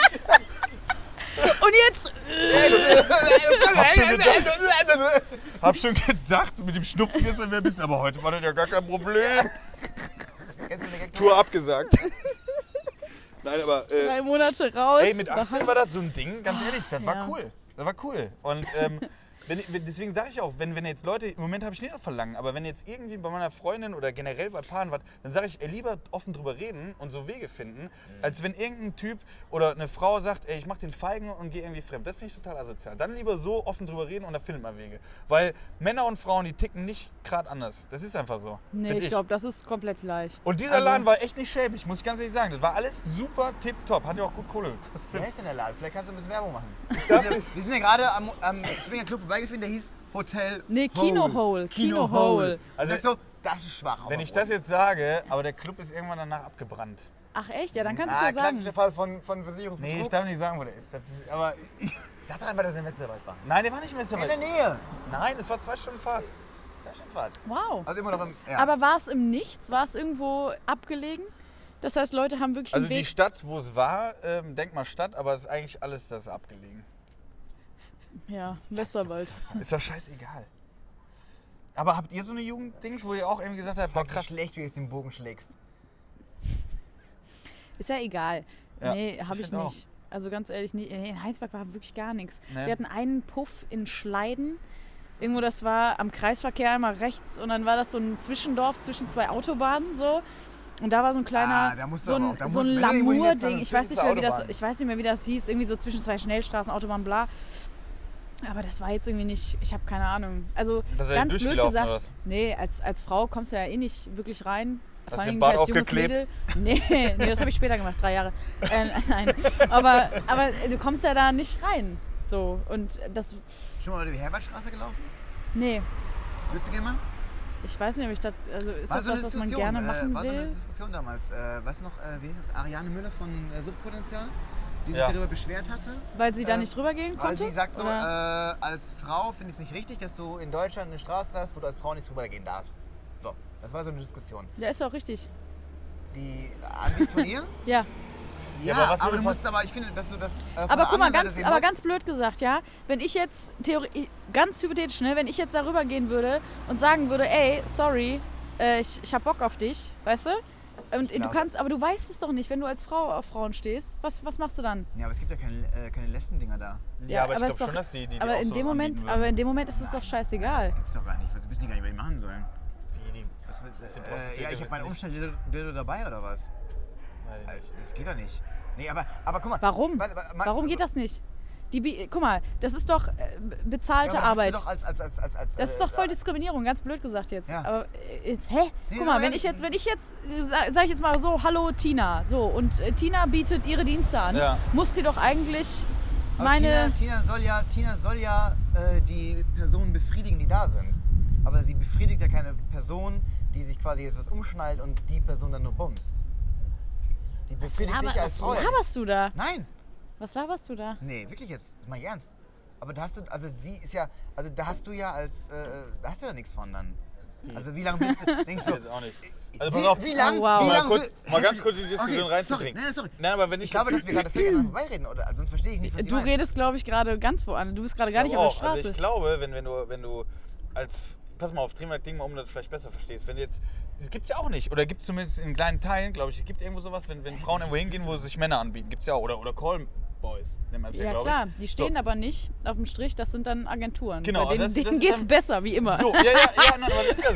Und jetzt,
Hab schon gedacht, hab schon gedacht mit dem Schnupfen gestern wäre ein bisschen, aber heute war das ja gar kein Problem.
Jetzt direkt
Tour abgesagt. Nein, aber. Äh,
drei Monate raus.
Ey, mit 18 war das so ein Ding, ganz ehrlich, das war
Ah, Ja.
cool. Das war cool. Und ähm, Wenn, wenn, deswegen sage ich auch, wenn, wenn jetzt Leute, im Moment habe ich nicht Verlangen, aber wenn jetzt irgendwie bei meiner Freundin oder generell bei Paaren was, dann sage ich, ey, lieber offen drüber reden und so Wege
Mhm.
finden, als wenn irgendein Typ oder eine Frau sagt, ey, ich mache den Feigen und gehe irgendwie fremd. Das finde ich total asozial. Dann lieber so offen drüber reden und da findet man Wege. Weil Männer und Frauen, die ticken nicht gerade anders. Das ist einfach so.
Nee,
find
ich also glaube, das ist komplett gleich.
Und dieser Laden war echt nicht schäbig, muss ich ganz ehrlich sagen. Das war alles super tipptopp. Hat ja auch gut Kohle gekostet.
Wer ist denn der Laden? Vielleicht kannst du ein bisschen Werbung machen. Wir sind ja- wir sind ja gerade am, am Swinger Club vorbeigefahren, der hieß Hotel
Nee, Kino Hole, Kino Hole.
Also
Also-
ich sag so, das ist schwach.
Wenn ich das jetzt sage, aber der Club ist irgendwann danach abgebrannt.
Ach echt? Ja, dann kannst du
Ah,
ja sagen.
klassischer Fall von, von Versicherungsbetrug.
Nee, ich darf nicht sagen, wo der ist. Das, aber
Sag doch einfach, dass er in Westerwald war.
nein, der war nicht mehr so
In der
weit.
Nähe.
Nein, es war zwei Stunden Fahrt.
Das ist schon Fahrt.
Wow.
Also immer noch im... Ja.
Aber war es im Nichts? War es irgendwo abgelegen? Das heißt, Leute haben wirklich
Also
einen
die
Weg.
Stadt, wo es war, ähm, denk mal Stadt, aber es ist eigentlich alles das abgelegen.
Ja, Westerwald.
Ist doch scheißegal. Aber habt ihr so eine Jugenddings, wo ihr auch irgendwie gesagt habt, boah
krass
krass,
schlecht, wie du jetzt den Bogen schlägst.
Ist ja egal.
Ja,
nee, habe
ich
ich,
find
nicht. Also ganz ehrlich, nie- nee, in Heinsberg war wirklich gar nichts.
Nee.
Wir hatten einen Puff in Schleiden. Irgendwo, das war am Kreisverkehr einmal rechts und dann war das so ein Zwischendorf zwischen zwei Autobahnen so. Und da war so ein kleiner,
Ah, da musst du
so
aber
ein,
auch- da
so ein
musst du- wenn du irgendwo hinsetzt, dann
Lamour-Ding. Ich weiß
zwischen
nicht mehr, wie das,
Autobahnen.
ich weiß nicht mehr, wie das hieß. Irgendwie so zwischen zwei Schnellstraßen, Autobahn, bla. Aber das war jetzt irgendwie nicht, ich habe keine Ahnung. Also
Das ist ja
ganz blöd
durchgelaufen,
gesagt,
oder was?
nee, als, als Frau kommst du ja eh nicht wirklich rein. Vor
Hast
allem
du den
nicht
Bart
als junges Mädel.
aufgeklebt?
Nee, nee das habe ich später gemacht, drei Jahre. Äh, nein, aber, aber du kommst ja da nicht rein. So, und das,
Schon mal über die Herbertstraße gelaufen?
nee,
Würdest du gerne mal?
ich weiß nicht, ob ich das, also ist das
so eine
was, was man
Diskussion,
gerne machen
äh, war so eine
will?
Diskussion damals. Äh, weißt du noch, äh, wie hieß es? Ariane Müller von äh, Suchtpotenzial, die sich
Ja.
darüber beschwert hatte.
Weil sie da
äh,
nicht rübergehen
Weil
konnte?
sie sagt so, äh,
Oder?
als Frau finde ich es nicht richtig, dass du in Deutschland eine Straße hast, wo du als Frau nicht drüber gehen darfst. So, das war so eine Diskussion.
ja, ist ja auch richtig.
Die Ansicht von ihr?
Ja,
ja,
aber
aber,
was würde
du
pass-
musst aber, ich finde, dass du das äh, von
aber
der
guck mal,
anderen Seite
ganz,
sehen
aber
musst.
ganz blöd gesagt, ja, wenn ich jetzt, Theorie, ganz hypothetisch, ne, wenn ich jetzt darüber gehen würde und sagen würde, ey, sorry, äh, ich, ich hab Bock auf dich, weißt du? Und du
Klar.
kannst, aber du weißt es doch nicht, wenn du als Frau auf Frauen stehst, was, was machst du dann?
Ja, aber es gibt ja keine, äh, keine Lesben-Dinger da.
Ja, aber ich
es
glaube
ist
schon,
doch-
dass die, die dir
aber
auch
in
sowas
dem Moment,
anbieten würden.
aber in dem Moment ist es doch scheißegal.
Das gibt's doch gar nicht. Was wissen die gar nicht, was die machen sollen?
Wie die-
Was,
die
äh, ja,
Prostituierte
ich habe
wissen
meinen
nicht.
Umstand-Dildo dabei oder was?
Weiß ich nicht.
Das geht doch nicht. Nee, aber, aber guck mal.
Warum?
Warte, warte, mal-
Warum geht das nicht? Die, bi- guck mal, das ist doch äh, be- bezahlte
Ja, aber
Arbeit.
Hast du doch als, als, als, als, als,
Das ist
äh,
doch voll Diskriminierung, ganz blöd gesagt jetzt.
Ja.
Aber äh, jetzt, hä?
Nee,
Guck mal,
aber
wenn ich
ehrlich-
jetzt, wenn ich jetzt, äh, sa- sag ich jetzt mal so, hallo Tina, so, und äh, Tina bietet ihre Dienste an,
Ja.
muss sie doch eigentlich
aber Tina,
meine.
Tina soll ja, Tina soll ja äh, die Personen befriedigen, die da sind. Aber sie befriedigt ja keine Person, die sich quasi jetzt was umschnallt und die Person dann nur bumst. Die befriedigt
Laber-
dich als
was
Frau. ja nicht.
laberst du da?
Nein.
Was laberst du da?
Nee, wirklich jetzt. Mal ernst. Aber da hast du, also sie ist ja, also da hast du ja als, äh, da hast du ja nichts von dann. Also wie lange bist du, denkst
Ich
du,
jetzt auch nicht. Also
Äh, wie,
pass auf,
wie lange,
Oh, wow.
wie
Mal
lange
kurz-
will-
mal ganz kurz in die
okay,
Diskussion
Sorry,
reinzubringen.
nein, sorry.
Nein, aber wenn ich,
Ich glaube, dass
jetzt-
wir gerade völlig aneinander vorbeireden, oder? Also Sonst verstehe ich nicht, was sie
Du
meint.
redest, glaube ich, gerade ganz woanders. Du bist gerade gar nicht
glaube
auf der
auch.
Straße.
Also ich glaube, wenn, wenn, du, wenn du als. Pass mal auf, drehen wir das Ding mal um, dass du vielleicht besser verstehst. Wenn jetzt. Das gibt es ja auch nicht. Oder gibt es zumindest in kleinen Teilen, glaube ich, gibt irgendwo sowas, wenn, wenn Frauen irgendwo hingehen, wo sich Männer anbieten. Gibt es ja auch. Oder, oder Callboys, nennt man es ja,
ja
glaube ich.
klar, die stehen
so.
aber nicht auf dem Strich, das sind dann Agenturen.
Genau,
Bei denen,
das- das
denen
ist
geht's
dann-
besser, wie immer.
So, ja, ja, ja, nein, aber das ist ja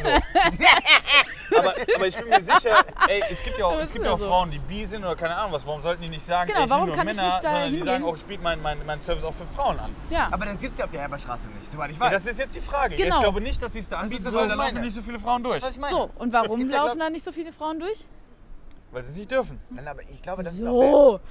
so. aber, aber ich bin mir sicher, ey, es gibt ja auch,
Das
es gibt
ist
ja auch
ja so.
Frauen, die bi sind oder keine Ahnung was. Warum sollten die nicht sagen,
Genau,
ey, ich
warum
nehme nur
kann ich
Männer,
nicht da
sondern die sagen
hingehen?
auch, ich biete meinen mein, mein Service auch für Frauen an.
Ja.
Aber das gibt's ja auf der Herbertstraße nicht, soweit ich
Ja,
weiß.
das ist jetzt die Frage.
Genau.
Ich glaube nicht, dass sie es da anbieten,
das,
weil
was
da
ich
laufen
meine.
nicht so viele Frauen durch.
was ich meine.
so, und warum
gibt ja, glaub-
laufen da nicht so viele Frauen durch?
Weil sie es nicht dürfen.
Nein, aber ich glaube, das ist auf
So.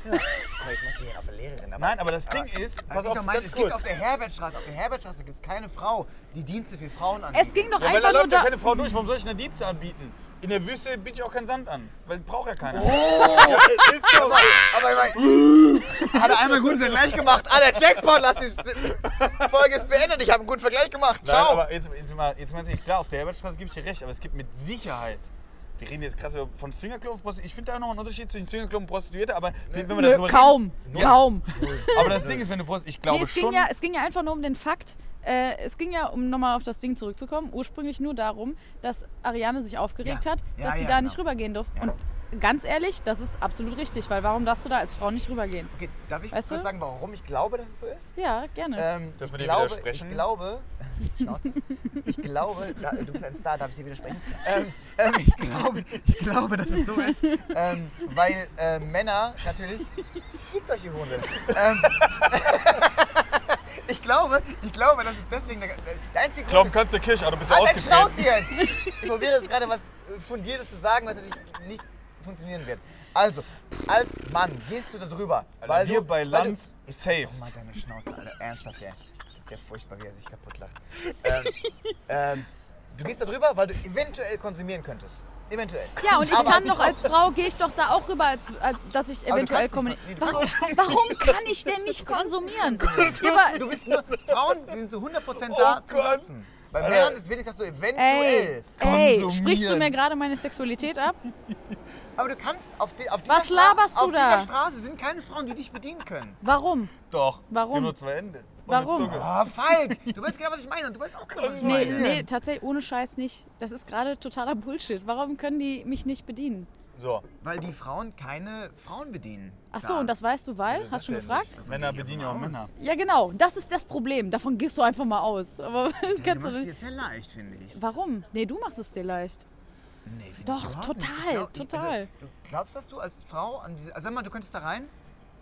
der... Oh, ich mach sie hier auf der Lehrerin. Aber,
Nein, aber das Ding ist,
was
pass auf,
Ah. ich doch meine,
ganz
es
kurz.
gibt auf der Herbertstraße, auf der Herbertstraße gibt's keine Frau, die Dienste für Frauen anbietet.
Es ging doch
Ja, weil da
einfach nur
läuft ja
da.
keine Frau durch, warum soll ich eine Dienste anbieten? In der Wüste biete ich auch keinen Sand an, weil braucht ja
Oh,
keiner.
Ist so, aber, aber ich meine, hat er einmal einen guten Vergleich gemacht. Alter, Jackpot, lass die Folge ist beendet. Ich habe einen guten Vergleich gemacht.
Nein,
Ciao.
aber jetzt, jetzt mal, jetzt mal ehrlich, klar, auf der Herbertstraße gebe ich dir recht, aber es gibt mit Sicherheit. Wir reden jetzt krass über- von Swingerclub und Prostituierte. Ich finde da noch einen Unterschied zwischen Swingerclub und Prostituierte, aber wenn wir
Nö,
darüber
kaum,
Ja.
kaum.
Reden, aber das Ding ist, wenn du Prostituierte, ich glaube
Nee, es ging,
schon,
ja, es ging ja einfach nur um den Fakt, äh, es ging ja, um nochmal auf das Ding zurückzukommen, ursprünglich nur darum, dass Ariane sich aufgeregt
Ja.
hat,
Ja,
dass sie
ja,
da
genau.
nicht rübergehen durfte.
Ja.
Und ganz ehrlich, das ist absolut richtig, weil warum darfst du da als Frau nicht rübergehen?
Okay, darf ich
Weißt
kurz
du?
sagen, warum ich glaube, dass es so ist?
Ja, gerne.
Ähm,
Dürfen wir
ich
dir
glaube,
widersprechen?
Ich glaube, Schnauze. ich glaube, da, du bist ein Star, darf ich dir widersprechen? Ähm, ähm, ich, glaube, ich glaube, dass es so ist, ähm, weil äh, Männer natürlich, fickt euch die Hunde. Ähm, ich glaube, ich glaube, das ist deswegen der, der einzige Grund.
Glauben
ist-
kannst du Kirche, aber du bist
Halt dein
ausgetreten.
Schnauze jetzt! Ich probiere jetzt gerade was Fundiertes zu sagen, was natürlich nicht funktionieren wird. Also, als Mann gehst du da drüber.
Alter, wir
du,
bei
weil du-
Lanz safe.
Oh mal deine Schnauze, Alter. Ernsthaft, ey. Das ist ja furchtbar, wie er sich kaputt lacht. Ähm, ähm, du gehst da drüber, weil du eventuell konsumieren könntest. Eventuell.
Ja, und ich
Aber
kann
als
doch
Frau-
als Frau, gehe ich doch da auch rüber, als, als dass ich
Aber du
eventuell
kannst nicht,
kommuniziere.
nee, du
Warum, warum kann ich denn nicht konsumieren? Ja,
Du
aber,
bist nur, Frauen sind zu 100% da zum Nutzen. Bei Männern ist wenig, dass du
ey,
eventuell
Äh. ey,
konsumieren.
sprichst du mir gerade meine Sexualität ab?
Aber du kannst auf, die, auf dieser
Was laberst
Stra-
du
auf
da?
dieser Straße sind keine Frauen, die dich bedienen können.
Warum?
Doch.
Warum?
Gib nur zwei Hände. Und eine
Warum?
Zunge.
Oh, Falk, du weißt genau, was ich meine und du weißt auch genau, was ich
Nee,
meine.
nee, tatsächlich ohne Scheiß nicht. Das ist gerade totaler Bullshit. Warum können die mich nicht bedienen?
So.
Weil die Frauen keine Frauen bedienen.
Ach so,
Da.
und das weißt du,
Also,
weil? Hast du schon
Das
gefragt?
denn? Männer bedienen ja auch Männer.
Ja, genau. Das ist das Problem. Davon gehst du einfach mal aus. Aber
Du
kannst du
machst es
nicht.
jetzt sehr leicht, finde ich.
Warum? Nee, du machst es dir leicht.
Nee, find
Doch,
ich überhaupt
total,
nicht. Ich glaub- ich-
total.
Also, du glaubst, dass du als Frau an diese. Also sag mal, du könntest da rein.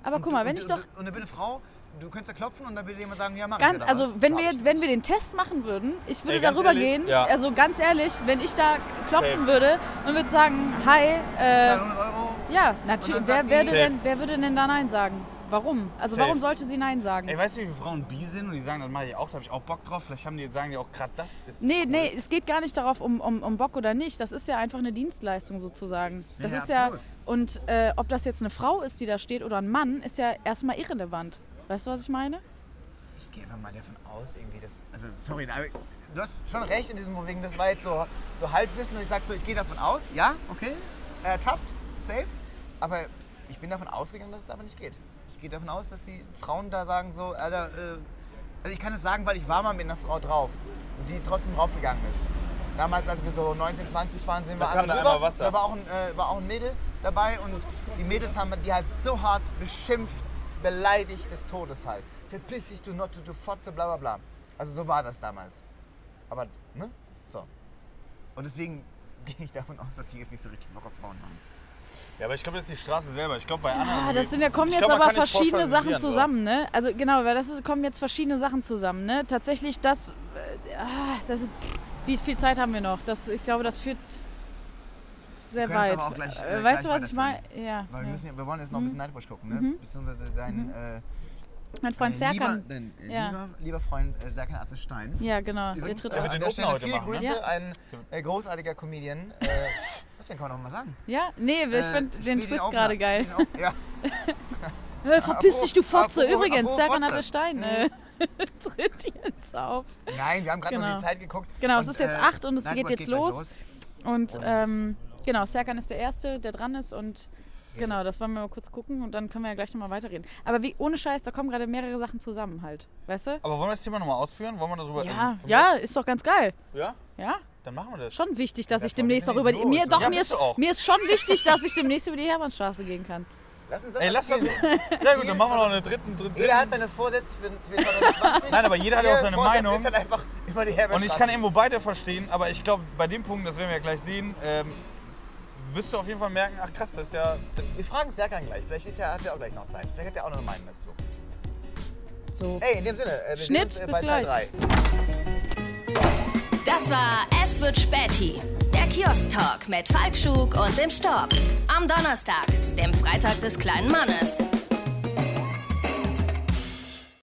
Aber
und
guck
du-
mal, wenn
und,
ich
du-
doch
Und dann bin eine Frau, du könntest da klopfen und dann würde jemand sagen, ja, mach ich
ganz,
ja da
also
was.
wenn
Glaub
wir
ich
jetzt, wenn wir den Test machen würden, ich würde
Ey, ganz
darüber
ehrlich?
gehen.
Ja.
Also ganz ehrlich, wenn ich da klopfen
Safe.
würde und würde sagen, hi, äh,
200 Euro.
ja,
Und
natürlich.
dann
Wer,
sagt
wer,
die-
würde denn, wer würde denn da nein sagen? Warum? Also
Safe.
warum sollte sie nein sagen?
Ey, weißt du, wie viele Frauen bi sind und die sagen, das mache ich auch, da habe ich auch Bock drauf. Vielleicht haben die, sagen die auch gerade das. Ist
Nee,
cool.
nee, es geht gar nicht darauf, um, um, um Bock oder nicht. Das ist ja einfach eine Dienstleistung sozusagen. Das
Ja,
ist ja,
absolut.
und äh, ob das jetzt eine Frau ist, die da steht oder ein Mann, ist ja erstmal irrelevant. Weißt du, was ich meine?
Ich gehe einfach mal davon aus, irgendwie, dass. Also, sorry, aber du hast schon recht in diesem Wegen. Das war jetzt so, so Halbwissen und ich sag so, ich gehe davon aus, ja, okay, ertappt, safe. Aber ich bin davon ausgegangen, dass es aber nicht geht. Ich gehe davon aus, dass die Frauen da sagen so, Alter, äh, also ich kann es sagen, weil ich war mal mit einer Frau drauf und die trotzdem draufgegangen ist. Damals, als wir so 19, 20 waren, sind
Da
wir
kam
einmal
da
drüber.
einmal Wasser.
Da war auch, ein, äh, war auch ein Mädel dabei und die Mädels haben die halt so hart beschimpft, beleidigt des Todes halt. Verpiss dich, du Notte, du Fotze, bla bla bla. Also so war das damals. Aber, ne? So. Und deswegen gehe ich davon aus, dass die jetzt nicht so richtig Bock auf Frauen haben.
Ja, aber ich glaube, das ist die Straße selber. Ich glaube, bei anderen.
Ah, das sind ja, kommen
Ich
jetzt
glaub, man
aber
kann nicht
verschiedene Sachen
pauschalisieren, so.
zusammen, ne? Also genau, weil das ist, kommen jetzt verschiedene Sachen zusammen, ne? Tatsächlich das, äh, ah, das wie viel Zeit haben wir noch? Das, ich glaube, das führt sehr
Wir können es
weit.
aber auch gleich, äh,
Äh, weißt
gleich
du, was ich meine?
weiterführen. Weil
Ja.
wir,
ja. Mhm.
müssen, ja- wir wollen jetzt noch ein bisschen Nightwatch gucken, ne? Beziehungsweise dein, äh,
Mein Freund
dein lieber,
Serkan.
dein, äh,
Ja.
lieber, lieber Freund äh, Serkan Atte Stein.
Ja, genau.
Übrigens, äh,
der tritt auf.
wird
an
den
der
Opener
Stelle
heute
viele
machen, ne?
Grüße,
Ja.
ein äh, großartiger Comedian. Äh, was denn kann man nochmal sagen?
Ja? Nee, ich
Äh,
fand
spiel
den
ihn
Twist
auch
gerade
nach,
geil.
spiel ihn auch- Ja.
Äh, verpiss
Apropos-
dich, du Fotze.
apropos-
Übrigens,
apropos
Serkan
Fotze.
hatte Stein. Äh, tritt jetzt auf.
Nein, wir haben gerade nur
Genau.
die Zeit geguckt. äh,
Genau, es ist jetzt acht und es
Nightwatch
geht jetzt
gleich
los. Und ähm, genau, Serkan ist der Erste, der dran ist und genau, das wollen wir mal kurz gucken und dann können wir ja gleich nochmal weiterreden. Aber wie, ohne Scheiß, da kommen gerade mehrere Sachen zusammen halt, weißt du?
Aber wollen wir das Thema nochmal ausführen? Wollen wir darüber
Ja,
also,
ja, ist doch ganz geil.
ja?
Ja,
Dann machen wir das.
schon wichtig, dass
Ja,
ich
voll, wir
demnächst
sind
auch über die, mir,
Idioten.
doch,
Ja,
mir,
bist
ist,
du auch.
mir ist schon wichtig, dass ich demnächst über die Hermannstraße gehen kann.
Lass uns das
Ey, lass mal.
erzählen.
Ja, gut, dann machen wir noch einen dritten. dritten,
Jeder
dritten.
hat seine Vorsätze für für 2020.
Nein, aber jeder hat ja auch
Ihr
seine
Vorsatz
Meinung.
Ist halt einfach über die
Und ich kann irgendwo beide verstehen, aber ich glaube, bei dem Punkt, das werden wir ja gleich sehen, ähm, wirst du auf jeden Fall merken, ach krass, das ist ja.
Wir fragen Serkan gleich. Vielleicht ist er, hat er auch gleich noch Zeit. Vielleicht hat er auch noch eine Meinung dazu.
So.
Ey, in dem Sinne. äh, Wir
Schnitt,
sehen uns, äh,
bis
bei Teil
gleich.
drei.
Das war Es wird Späti, der Kiosk-Talk mit Falkschuk und dem Storb. Am Donnerstag, dem Freitag des kleinen Mannes.